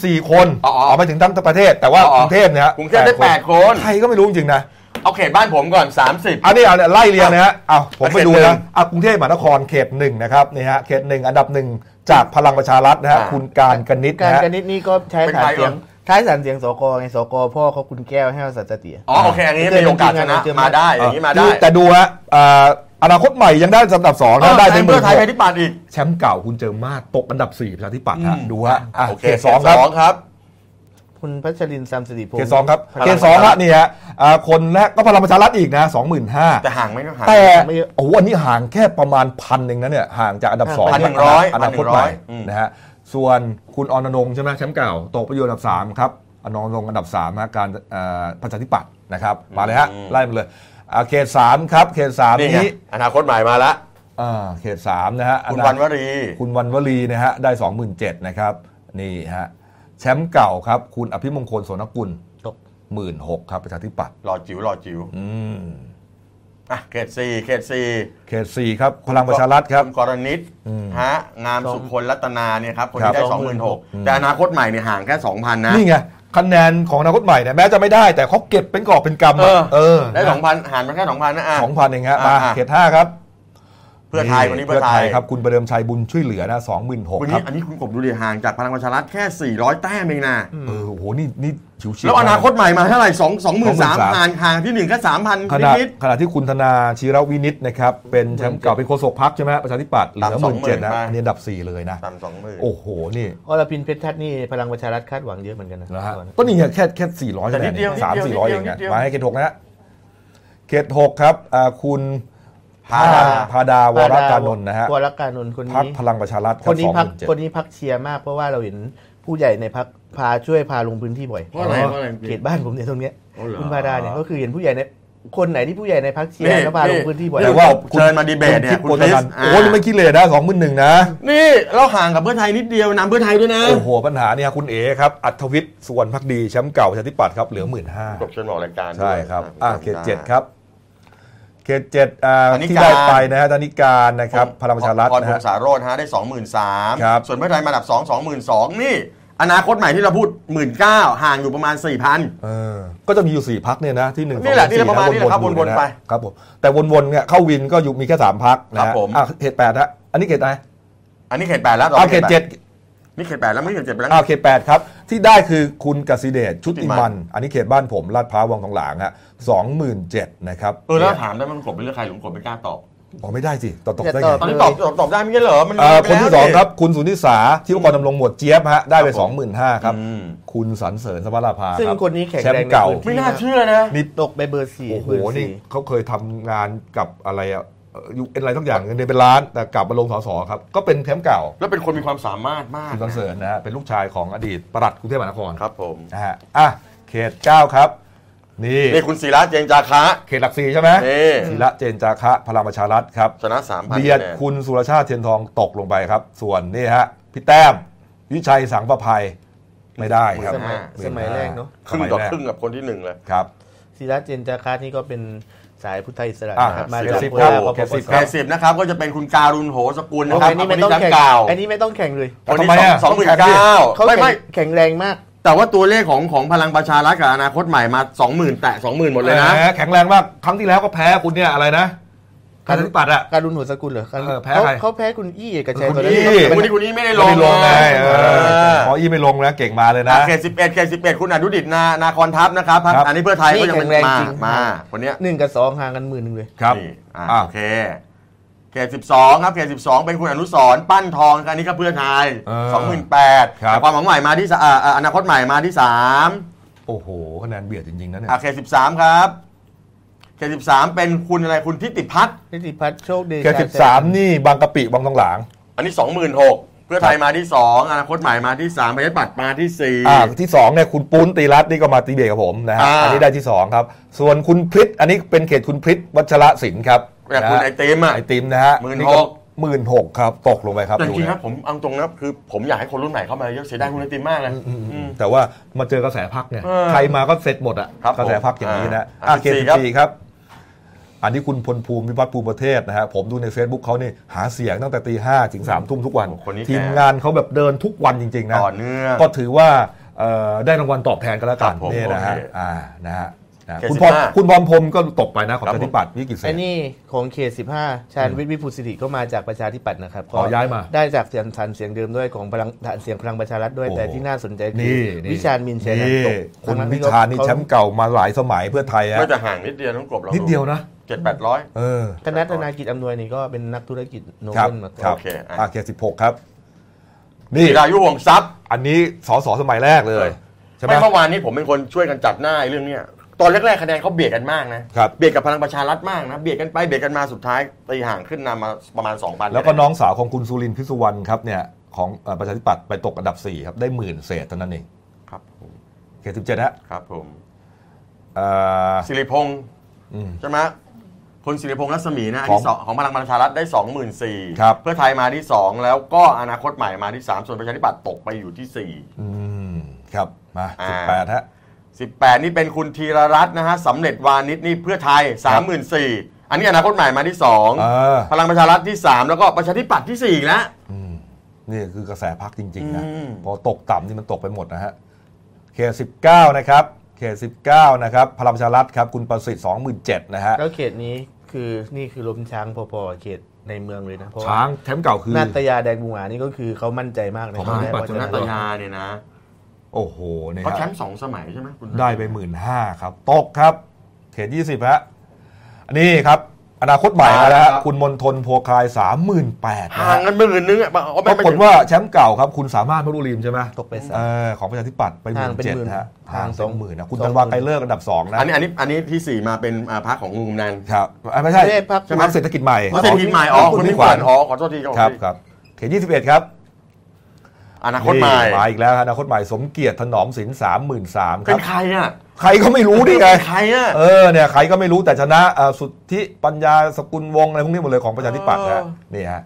24 คน อ๋ออ๋อ เอาไปถึงทั้งประเทศ แต่ว่า อ๋อก อ๋อ รุงเทพเนี่ยฮะ กรุงเทพได้ แป แปดคน ใครก็ไม่รู้จริงๆนะ เอาเขตบ้านผมก่อน 30 อันนี้เอาเนี่ยไล่เรียงนะฮะเอาผมไป เขต ดู หนึ่ นะ ง อ่ะกรุงเทพมหานครเขตหนึ่งนะครับนี่ฮะเขตหนึ่งอันดับหนึ่งจากพลังประชารัฐนะฮะ อ่า คุณการกนิษฐ์ การ นะฮะ กนิดนี่ก็ใช้ เป็น ฐาน ใคร เสียง เหรอ ใช้ฐานเสียงสกไงสกพ่อเขาคุณแก้วแห้วสัจเตีย อ๋อโอเคอันนี้ เจอ มีโอกาสชนะ เจอ มาได้อย่างนี้มาได้ แต่ดูฮะอ่าอนาคตใหม่ยังได้ลำดับสอง เอ นะ อ ได้ แซ เป็ ง นห เพื่ มื่ อนไทยไปที่ปาดอีก แชมป์เก่าคุณเจอมาศตกอันดับ4ประชาธิปัตย์ฮะ อืม ดูฮะอ่ะ โอเค เขตสองครับ เขตครับ คุณพัชรินทร์ซัมสิริพง เข ษ์ ตสองครับ พลัง เขตสอง ประชารั ฮะ ฐ นี่ฮะอ่าคนแรกก็พลังประชารัฐอีกนะสองหมื่นห้า แต่ห่างไหม่ก็ห่าง แต่โอ้โหอันนี้ห่างแค่ประมาณพันหนึ่งนะเนี่ยห่างจากอันดับสอง พันหนึ่งร้อย นาคตพันหนึ่งใหร้ ม่ อยอืม นะฮะส่วนคุณอนอนงค์ใช่ไหมแชมป์เก่าตกไปอยู่อันดับสามครับอนอนงค์อันดับสามฮะการเอ่อประชาธิปัตย์นะครับมาเลยฮะไล่มาเลยอ่าเขตสามครับเขตสาม นี่ไง นี้ อนาคตใหม่มาละ อ่าเขตสามนะฮะ คุณ อั วัน น ว ดับ รี คุณวันวลีนะฮะ ได้สองหมื่นเจ็ดนะครับ นี่ฮะ แชมป์เก่าครับ คุณอภิมงคลโสนกุล ตก หมื่นหกครับ ประชาธิปัตย์ รอจิ๋วรอจิ๋ว อืม อ่ะเขตสี่เขตสี่ เขตสี่ครับ พลังประชารัฐครับ ณกรณิต อืม ฮะงามสุคนรัตนาเนี่ยครับ คน ครับ ที่ได้ ส ส อ อง ง ห ห มื่ มื่ น น ห ห ก กแต่อนาคตใหม่เนี่ยห่างแค่สองพันนะ นี่ไง คะแนนของอนาคตใหม่เนี่ยแม้จะไม่ได้แต่เขาเก็บเป็นกอบเป็นกำอะ เอ เออ ได้สองพันห่างมาแค่สองพันนะอ่ะ สองพันเองฮะมา อ่า เขตห้าครับ เพื่อไทยวันนี้เพื่อไทย ครับ คุณประเดิมชัยบุญช่วยเหลือนะสองหมื่นหก วัน ครั นี้ บ อันนี้คุณกบดูดิห่างจากพลังประชารัฐแค่ 400 แต้มเองนะ เออโอ้โหนี่นี่ฉิวเฉียด แล้วอนาคตใหม่มาเท่าไหร่2 2 3 0 0 23,000 0ห่างห่างที่หนึ่งแค่3,000 ขณะ นิด ขณะที่คุณธนาชีรวินิตนะครับ เป็นแชมป์เก่าเป็นโฆษกพักใช่ไหมฮะประชาธิปัตย์เหลือ ตาม ห สองมื่น หมื่ เจ็ด น นะ ไป อันนี้อันดับ 4 เลยนะ ๆตามสองมือ โอ้โห นี่ อรพินเพชรทัศน์นี่พลังประชารัฐคาดหวังเยอะเหมือนกันนะ นะฮะ ตอนนั้น ก็นี่ไงแค่แค่สี่ร้อยคะแนนเองสามสี่ร้อยเองนะมาให้เขตหกนะฮะเขตหกครับอ่าคุณพาดาพาดาวรการนนท์นะฮะ วรการนนท์คน พัก นี้ พลังประชารัฐ คนนี้พัก 27,000 คนนี้พักเชียร์มากเพราะว่าเราเห็นผู้ใหญ่ในพักพาช่วยพาลงพื้นที่บ่อย เพราะอะไรเพราะอะไร เขตบ้านผมเนี่ยตรงเนี้ย อ๋อเหรอ คุณพาดาเนี่ยก็คือเห็นผู้ใหญ่ในคนไหนที่ผู้ใหญ่ในพักเชียร์แล้วพาลงพื้นที่บ่อย นี่ แต่ เย ว่า คุณ เชิญมาดีเบตเนี่ย ณ คุณคโกต ริส นัน อ่ะ โอ้นี่ไม่คิดเลยนะสองหมื่นหนึ่งนะ นี่เราห่างกับเพื่อไทยนิดเดียวนำเพื่อไทยด้วยนะ โอ้โห ปัญหาเนี่ยคุณเอ๋ครับอัธวิทย์สุวรรณพักดีแชมป์เก่าประชาธิปัตย์ครับเหลือหมื่นห้า จบเชิญบอกรายการด้วย ใช่ครับ นะ อ่าเขตเจ็ดครับ เขตเจ็ดอ่า ธนิการ ที่ได้ไปนะฮะธนิการนะครับ พลังประชารัฐ พรพนะง ฮะ ษ์สารโรจน์ฮะได้ 23,000 ครับ ส่วนเพื่อไทยมาอันดับ 2 22,000นี่ อนาคตใหม่ที่เราพูด 19,000ห่างอยู่ประมาณ 4,000 เออก็จะมีอยู่สี่พักเนี่ยนะ ที่หนึ่ง นี่แหละ สองส นี่แหละประมาณ สี่ นี้แหละครับ อยู่ วนๆ เยะ ไป ครับผมแต่วนๆเนี่ยเข้าวินก็อยู่มีแค่สามพักนะฮะ ครับผม อ่ะเขตแปดฮะอันนี้เขตไหน อันนี้เขตแปดแล้ว อ้าวเขตเจ็ด นี่เขตแปดแล้วไม่ใช่เขตเจ็ดไปแล้ว อ้าวเขตแปดครับ ที่ได้คือคุณกสิเดชชุติ ชุติมั มัน น อันนี้เขตบ้านผมลาดพร้าววังทองหลางฮะสองหมื่นเจ็ดนะครับ เออแล้วถามได้ไหมมันกบเป็นเรื่องใครหรือกบไม่กล้าตอบ อ๋อไม่ได้สิตอบตอบได้ไง ตอนนี้ตอบตอบตอบได้ไม่ใช่เหรอ มัน เอ่อคน มีไปแล้ว ที่สอง ดิ ครับ คุณสุนิสาที่ประกรดำรงหมวดเจี๊ยบฮะได้ไป ครับผม 25,000ครับ อืม คุณสรรเสริญสมราภา ซึ่ง รับ คนนี้แข็ง ชม แรง ป์ ใน เก่า พื้น ไม่ ที่ น่าเชื่อนะ นี่ ตกไปเบอร์สี่ โอ้โห เบอร์ นี่ สี่ เขาเคยทำงานกับอะไรอะเอ่ออยู่เป็นอะไรทั้งอย่างเงินเดือนเป็นล้านแต่กลับมาลงสสครับ ก็เป็นแชมป์เก่า แล้วเป็นคนมีความสามารถมาก คุณสรรเสริญนะฮะเป็นลูกชายของอดีตปลัดกรุงเทพมหานคร ครับผม นะฮะอ่ะเขต 9 ครับ นี่ นี่คุณศิระเจนจาคะ เขตหลักสี่ใช่ไหม นี่ ศิระเจนจาคะพลังประชารัฐครับ ชนะสามพัน เบียดคุณสุรชาติเทียนทองตกลงไปครับ ส่วนนี่ฮะพี่แต้ม วิชัยสังประภัยไม่ได้ครับ สมัย 15,000 สมัยแรกเนาะ ครึ่งต่อ สมัยแ ครึ่งกับคนที่หนึ่งเลย ครับ ศิระเจนจาคานี่ก็เป็นสายพุทธอิสระ อ่ะ นะครับ ศิ มา ระ จาก สิบ โค ครั ราชบป เขต ป สิ ส บ แปดสิบนะครับ ก็จะเป็นคุณการุณโหสกุลนะครับอันนี้ไม่ต้อคงแข่ง เก่า อันนี้ไม่ต้องแข่งเลย คนที่ ทำไมอะ สองหมื่นเก้า เขา ไม่ แข็ ไม่ งแข็งแรงมาก แต่ว่าตัวเลขของของพลังประชารัฐกับอนาคตใหม่มาสองหมื่นแตะสองหมื่นหมดเลยนะ แหมแข็งแรงมาก ครั้งที่แล้วก็แพ้คุณเนี่ยอะไรนะการปฏิปัตย์อะ การุณหัวสกุลเหรอการุณ เออแพ้ เขา ใคร เขาแพ้คุณอี้เอกชัย คุณ ตอนนั้น อี้ เขา คุณ เป็น นี่คุณนี่ไม่ได้ลง ไม่ลงไง นะ เอ เอ อ อ ขออีไม่ลงนะเก่งมาเลยนะ อ่ะเขตสิบเอ็ดเขตสิบเอ็ดคุณอนุดิตนานาคอนทัพนะครับพรรค ครับ อันนี้เพื่อไทยก็ยังเป็น นี่แข็งมาแรงจริง มาคนเนี้ย หนึ่งกับสองห่างกันหมื่นหนึ่งเลย ครับ นี่อ่ะ อ่ะ โอเค เขต12 ครับ เขต12 เป็นคุณอนุสรณ์ปั้นทองครับอันนี้ก็เพื่อไทย เออ 28,000 ครับ แต่ความหวังใหม่มาที่สอ่าอ่าอนาคตใหม่มาที่3 โอ้โหคะแนนเบียดจริงๆนะเนี่ย อ่ะเขต13 ครับ เขต13 เป็นคุณอะไรคุณทิติพัฒน์ นิติพัฒน์โชคเดชา เขตสิบสามนี่บางกะปิบางทองหลาง อันนี้ 26,000เพื่อไทยมาที่ 2 อนาคตใหม่มาที่3ประชาธิปัตย์มาที่ อ่าที่สองเนี่ยคุณปุ้นตีรัตน์นี่ก็มาตีเบรกกับผมนะฮะ อ่า อันนี้ได้ที่สองครับ ส่วนคุณพริษอันนี้เป็นเขตคุณพริษวัชระศิลป์ครับ 4แต่คุณ นะ ไอ ฮะ ติมอ่ะ ไอติมนะฮะ 16,000 หมื่นหกครับตกลงไปครับ แต่จริงๆคดูนะ รับผมเอาตรงนะคือผมอยากให้คนรุ่นใหม่เข้ามาเยอะเสียดายคุณไอติมมากเลยอืม แต่ว่ามาเจอกระแสพักเนี่ย เออ ใครมาก็เสร็จหมดอ่ะ ครับผม กระแสพักอย่างนี้นะ อ่า อ่ะเขต สี่ สิบ ครับ สี่ครับ อันนี้คุณพลภูมิวิวัฒน์ภูมิประเทศนะฮะผมดูใน Facebook เขานี่หาเสียงตั้งแต่ตีห้าถึงสามทุ่มทุกวัน โอ้โหคนนี้แก ทีมงานเขาแบบเดินทุกวันจริงๆนะ ต่อเนื่อง ก็ถือว่าเอ่อได้รางวัลตอบแทนกันแล้วกัคนรับผม นี่นะโอฮะเค อ่านะฮะนะ เจ็ด คุณ สิ พ บ ร ห้า คุณบอมพรมก็ตกไปนะของ ครับ ป ผม ฏิปัตย์วิกิจเส ไอ้ น นี่ของเขต 15 ชาญวิทย์วิภูสิริก็มาจากประชาธิปัตย์นะครับ อ๋อย้ายมา ได้จากเสียงฐานเสียงเดิมด้วยของพลังฐานเสียงพลังประชารัฐด้วย โอ้โห แต่ที่น่าสนใจคื นี่ วิชาญมินเชยนัน นี่ ตก คุณ ทั้งๆ วิ ที่เข ชาญนี่ เข แชมป์เก่ามาหลายสมัยเพื่อไทยอะ ก็จะห่างนิดเดียวต้องกลบเรา นิ นิ ดเดียวนะ เจ็ดแปดร้อย เออ คณะธนากิจอำนวยนี่ก็เป็นนักธุรกิจโน ครับ เบิลมาก่อน ครับ โอเคอ่ะ อ่ะเขตสิบหกครับ นี่ จิรายุห่วงทรัพย์ อันนี้สสสมัยแรกเลยใช่ไหม ไม่เมื่อวานนี้ผมเป็นคนช่วยกันจัดหน้าไอ้เรื่องเนี้ยตอนแรกๆคะแนนเขาเบียดกันมากนะครับ เบียดกับพลังประชารัฐมากนะเบียดกันไปเบียดกันมาสุดท้ายตีห่างขึ้นนำมาประมาณสองพัน แล้วก็น้องสาวของคุณสุรินทร์พิสุวรรณครับเนี่ยของเอ่อประชาธิปัตย์ไปตกอันดับ4ครับได้หมื่นเศษเท่านั้นเอง ครับผม เขตสิบเจ็ดฮะ ครับผม เอ่อ สิริพงษ์ อืม ใช่ไหมคุณสิริพงษ์รัศมีนะอัน ของ ที่สองของพลังประชารัฐได้ 2 4 0 0 0 ครับ เพื่อไทยมาที่ 2 แล้วก็อนาคตใหม่มาที่ 3 ส่วนประชาธิปัตย์ตกไปอยู่ที่ อืมครับมา อ่า สิบแปดฮะ 4 18 นี่เป็นคุณธีรรัตน์นะฮะสำเร็จวานิชนี่เพื่อไทย 3 4 0 0 0อันนี้อนาคตใหม่มาที่ เออ 2 พลังประชารัฐที่ 3 แล้วก็ประชาธิปัตย์ที่4อีกแล้ว อืมนี่คือกระแสพักจริง ๆ นะ อืม พอตกต่ำนี่มันตกไปหมดนะฮะเขตสิบเก้านะครับเขตสิบเก้านะครับพลังประชารัฐครับ คุณประสิทธิ์สองหมื่นเจ็ดนะฮะ แล้วเขตนี้คือนี่คือลมช้างพอๆกับเขตในเมืองเลยนะเพราะ ช้างแชมป์เก่าคือ นาตยาแดงบูหงานี่ก็คือเขามั่นใจมากใน ของ คะแนน ปัจ ว่า จุ จะ บัน ได้ ตยาเนี่ยนะ โอ้โหเนี่ย เขาแช ฮะ มป์สองสมัยใช่ไหมคุณ ได้ไปหมื่นห้าครับ ตกครับ เขตยี่สิบฮะอันนี้ครับ อนาคตใหม่มาแล้วฮะคุณมนทนโพคายสามหมื่นแปดนะ ห่าง ฮะ กันหมื่นนึงอ่ะเอา ป ไม่ รา ไม่ กฏ ถึง ว่าแชมป์เก่าครับคุณสามารถพรุริมใช่ไหม ตกไปสา เอ ม อของประชาธิปัตย์ไปห ห่างมื่น เป็น เจ็ด หมื่น ฮะ ห่าง สองหมื่นนะคุณ สอง ธันหวามื่น ไกรเลิกษ์อันดับสองนะ อันนี้อันนี้อันนี้ที่สี่มาเป็นอ่าพรรคของลุงกำนัน ครับเอ้ยไม่ใช่ ไม่ใช่พรรค ใช่ไหมเศรษฐกิจใหม่ เศรษฐกิจใหม่อ๋อคุณมิ่งขวัญอ๋อขอโทษที ครับครับเขตยี่สิบเอ็ดครับ อนาคตใหม่ นี่มาอีกแล้วฮะอนาคตใหม่สมเกียรติถนอมสินสามหมื่นสามค เป็ รั น บ ใครอ่ะ ใครก็ไม่รู้นี่ไง เป็นใครอ่ะ เออเนี่ยใครก็ไม่รู้แต่ชนะเอ่อสุทธิปัญญาสกุลวงศ์อะไรพวกนี้หมดเลยของประชาธิปัตย์ฮะนี่ฮะ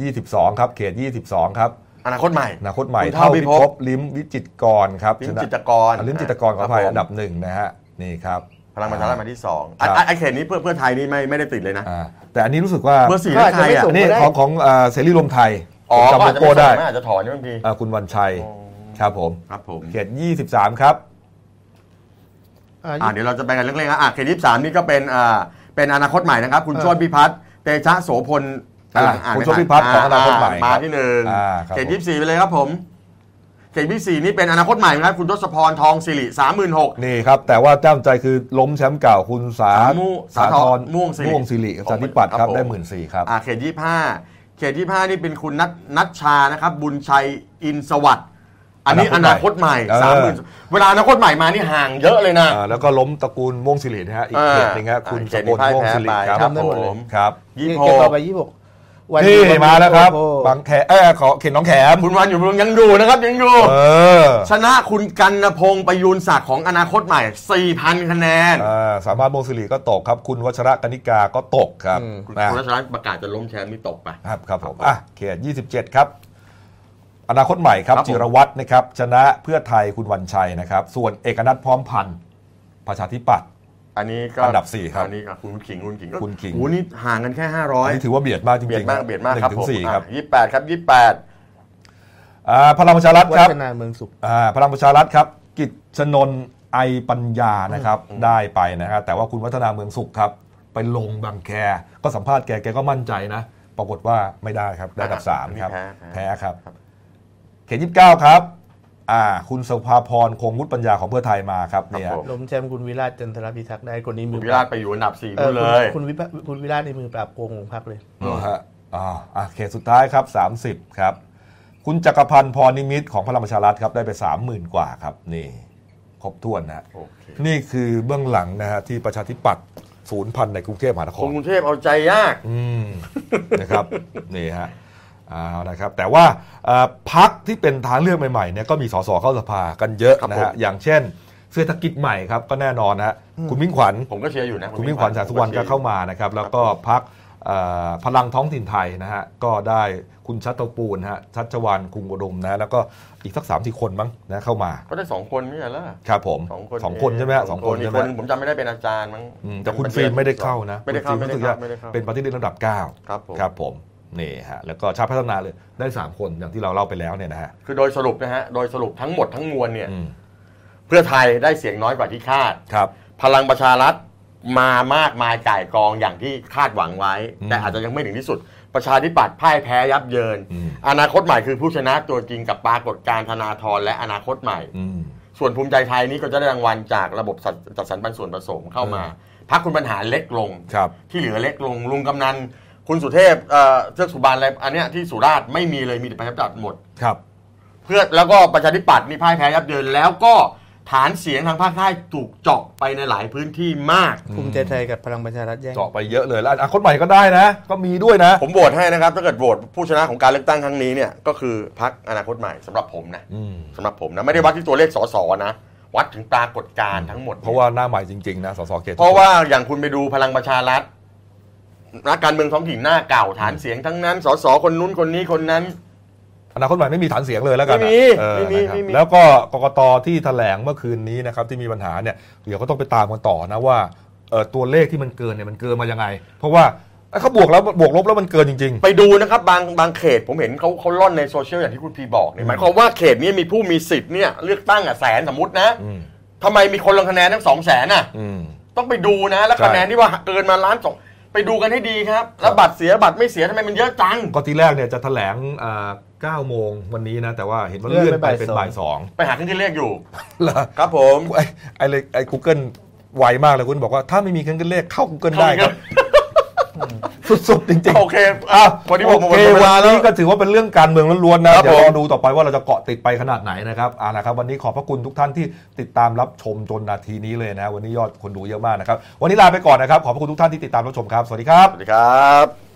ยี่สิบสองครับเขตยี่สิบสองครับ อนาคตใหม่ อนาคตใหม่ คุณ เท่า เท่าพิ พิ ภ ภ พ พลิ้มวิจิตรกรครับ ลิ ช ม นะ จิตรกร อ่ะลิ้มจิตรกรขออภัยอันดับหนึ่งนะฮะนี่ครับ พลังประชารัฐมาที่สอง ครับ อ่ะอ่ะไอ้เขตนี้เพื่อเพื่อไทยนี่ไม่ไม่ได้ติดเลยนะ อ่าแต่อันนี้รู้สึกว่า เบอร์สี่เพื่อไทยอ่ะ ส่ง นี่ ก็ได้ ของของเอ่อเสรีรวมไทย อ๋อ ผมจำ ก็ โล อาจจะ โก้ ไม่ ได้ ส่งนะอาจจะถอนใช่ไหมพี่ อ่าคุณวันชัยครับผม ครับผม เขต 23 ครับ อ่า อ่าเดี๋ยวเราจะไปกันเรื่องๆนะอ่ะเขตยี่สิบสามนี่ก็เป็นอ่าเป็นอนาคตใหม่นะครับ คุณโชติพิพัฒน์เตชะโสพล อ่ะ าน คุณ ไม่ โชติพิพัฒน์ของอนาคตใหม่ มาที่หนึ่ง อ่าครับ เขตยี่สิบสี่ไปเลยครับผมเขตยี่สิบสี่นี่เป็นอนาคตใหม่นะครับคุณทศพรทองสิริสามหมื่นหก นี่ครับ แต่ว่าจ้ามใจคือล้มแชมป์เก่าคุณสา สามุ สา สาธธร ร ณ์ ม่วงสิริ ม่วงสิริประชาธิปัตย์ค ครั รับบ ผม ได้หมื่นสี่ครับ อ่าเขตยี่ห้าเขตยี่ห้านี่เป็นคุณนัทนัทชานะครับ บุญชัยอินสวัสด์อันนี้ อ อ นา นา ค ค ต ต ให ให ม่ ม่ เออ สามหมื่นเวลาอนาคตใหม่มานี่ห่างเยอะเลยนะ อ่าแล้วก็ล้มตระกูลม่วงสิรินะฮะอีก อ่า เขตหนึงฮะคุณ อ่า ส เขต กลม่วงสิริ ที่พ่ายแพ้ไป ครับ ครับ ผ ผม ม ครับ ยี่ นี่ ห เขตต่อก ไปยี่หกวัน นี่ นี้ มาแล้วครับ โอ้โห บางแคเออขอเขตน้องแขม คุณวันอยู่บำรุงยังอยู่นะครับยังอยู่ เออ ชนะคุณกันนพงศ์ประยูนศักดิ์ของอนาคตใหม่ 4,000 คะแนน อ่าสามารถม่วงสิริก็ตกครับ คุณวัชระกนิกาก็ตกครับ คุณ นะ คุณรัชรัตน์ประกาศจะล้มแชมป์นี่ตกไป ครับครับผมอ่ะเขต27 ครับ อนาคตใหม่ครับ ครับผม จิรวัตรนะครับ ชนะเพื่อไทยคุณวันชัยนะครับ ส่วนเอกนัทพร้อมพันธ์ประชาธิปัตย์ อันนี้ก็ อันดับสี่ครับ อันนี้ก็คุณขิงคุณขิง คุณขิง โอ้โหนี่ห่างกันแค่ 500 อันนี้ถือว่าเบียดมากจริงๆ เบียดมากเบียดมาก หนึ่ ครับ งถึ ผ ง ม สี่ครับ ยี่แปดครับยี่แปด อ่าพลังประชารัฐ วั ครับ ฒนาเมืองสุข อ่าพลังประชารัฐครับ กิจชนนไอปัญญานะครับ ได้ไปนะครับแต่ว่าคุณวัฒนาเมืองสุขครับ ไปลงบางแค ก็สัมภาษณ์แกแกก็มั่นใจนะ ปรากฏว่าไม่ได้ครับได้อันดับสามครับ อันนี้แพ้ แพ้ครับ เขตยี่สิบเก้าครับ อ่า คุณสุภาพรคงวุฒิปัญญาของเพื่อไทยมาครับเนี่ย ครับผม ล้มแชมป์คุณวิราชจันทรพิทักษ์ได้คนนี้มือ วิราชไปอยู่อันดับสี่ เอ่ นู่ อนเลยคุณคุณวิพะคุณวิราชในมือปราบโกงของพรรคเลย เหรอฮะอ่าอ่ะเขตสุดท้ายครับ 30 ครับ คุณจักรพันธ์พรนิมิตรของพลังประชารัฐครับ ได้ไป 30,000 กว่าครับ นี่ ครบถ้วนนะฮะ โอเค นี่คือเบื้องหลังนะฮะที่ประชาธิปัตย์ศูนย์พันธุ์ในกรุงเทพมหานค ค ร นกรุงเทพเอาใจยาก อืม นะครับ นี่ฮะเอานะครับ แต่ว่าเอ่อพักที่เป็นทางเลือกใหม่ๆเนี่ยก็มีสสเข้าสภากันเยอะ ครับ นะ ผม ฮะอย่างเช่น เศรษฐกิจใหม่ครับก็แน่นอนนะฮะคุณมิ่งขวัญ ผมก็เชียร์อยู่นะ คุณมิ่งขวัญแสงสุวรรณก็เข้ามานะครับ แล้วก็พัก อ่าพลังท้องถิ่นไทยนะฮะก็ได้คุณชัตปูลนะฮะชัชวานคุงอุดมนะแล้วก็อีกสักสามสี่คนมั้งนะเข้ามา ก็ได้สองคนไม่ใช่เหรอ ครับผม สองคน สองคนใช่ไหมฮะสองคน อี ใช่ ก ไหม คน ฮะ ผมจำไม่ได้เป็นอาจารย์มั้ง อืมแต่คุณฟิล์มไม่ได้เข้านะ ไม่ได้เข้า คุณ ไม่ได้ฟิล์รู้สึก เข้า ว่า ไม่ได้เข้า เป็นปฏิริษีระดับ 9 ครับผม ครับผมนี่ฮะแล้วก็ชาติพัฒนาเลยได้ 3 คนอย่างที่เราเล่าไปแล้วเนี่ยนะฮะ คือโดยสรุปนะฮะโดยสรุปทั้งหมดทั้งมวลเนี่ย อืม เพื่อไทยได้เสียงน้อยกว่าที่คาด ครับ พลังประชารัฐมามากมายก่ายกองอย่างที่คาดหวังไว้ อืม แต่อาจจะยังไม่ถึงที่สุด ประชาธิปัตย์พ่ายแพ้ยับเยิน อืม อนาคตใหม่คือผู้ชนะตัวจริงกับปรากฏการณ์ธนาธรและอนาคตใหม่ อืม ส่วนภูมิใจไทยนี่ก็จะได้รางวัลจากระบบจัดจัดสรรปันส่วนผสมเข้ามา อืม พักคุณปัญหาเล็กลง ครับ ที่เหลือเล็กลงลุงกำนัน คุณสุเทพเอ่อเทือกสุบานอะไรอันเนี้ยที่สุราษฎร์ไม่มีเลยมีแต่ประชาธิปัตย์หมด ครับ เพื่อแล้วก็ประชาธิปัตย์นี่พ่ายแพ้ยับเยินแล้วก็ฐานเสียงทางภาคใต้ถูกเจาะไปในหลายพื้นที่มาก ภูมิใจไทยกับพลังประชารัฐแย่ง เจาะไปเยอะเลยแล้วอนาคตใหม่ก็ได้นะ ก็มีด้วยนะ ผมโหวตให้นะครับ ถ้าเกิดโหวตผู้ชนะของการเลือกตั้งครั้งนี้เนี่ยก็คือพักอนาคตใหม่สำหรับผมนะ อืม สำหรับผมนะ ไม่ได้วัดที่ตัวเลขสสนะ วัดถึงปรากฏการณ์ทั้งหมด เพราะว่าหน้าใหม่จริง ๆ นะสสเขต เพราะว่าอย่างคุณไปดูพลังประชารัฐนักการเมืองท้องถิ่นหน้าเก่าฐานเสียงทั้งนั้นสสคนนู้นคนนี้คนนั้น อนาคตใหม่ไม่มีฐานเสียงเลยแล้วกันนะ ไม่มี เออ ไม่มี นะครับ ไม่มี แล้วก็กกตที่แถลงเมื่อคืนนี้นะครับที่มีปัญหาเนี่ยเดี๋ยวก็ต้องไปตามกันต่อนะว่าเอ่อตัวเลขที่มันเกินเนี่ยมันเกินมายังไง เพราะว่าเอ้ยเขาบวกแล้วบวกลบแล้วมันเกินจริง ไปดูนะครับบางบางเขตผมเห็นเขาเขาล่อนในโซเชียลอย่างที่คุณพีบอกเนี่ยหมายความว่าเขตนี้มีผู้มีสิทธิ์เนี่ยเลือกตั้งอ่ะแสนสมมตินะ ๆ อืม ทำไมมีคนลงคะแนนทั้งสองแสนอ่ะ อืม ต้องไปดูนะ แล้ว ใช่ คะแนนที่ว่าเกินมาล้านสองไปดูกันให้ดีครับ แล้วบัตรเสียบัตรไม่เสียทำไมมันเยอะจัง ก็ทีแรกเนี่ยจะแถลงอ่า9โมงวันนี้นะ แต่ว่าเห็นว่าเลื่อนไปเป็นบ่ายสอง ไปหาเครื่องคิดเลขอยู่ เหรอ ครับผม ไอ้ไอ้เลยไอ้กูเกิลไวมากเลยคุณบอกว่าถ้าไม่มีเครื่องคิดเลขเข้า Google ได้ครับ สุด ๆ จริง โอเค ๆ อ้าว วันนี้ผม โอเคว วัน นนี้ นี้ ก็ ก็ถือว่าเป็นเรื่องการเมืองล้วนๆนะ ครับ เดี๋ยว ผม รอดูต่อไปว่าเราจะเกาะติดไปขนาดไหนนะครับเอาละครับ วันนี้ขอบพระคุณทุกท่านที่ติดตามรับชมจนนาทีนี้เลยนะ วันนี้ยอดคนดูเยอะมากนะครับ วันนี้ลาไปก่อนนะครับ ขอบพระคุณทุกท่านที่ติดตามรับชมครับ สวัสดีครับ สวัสดีครับ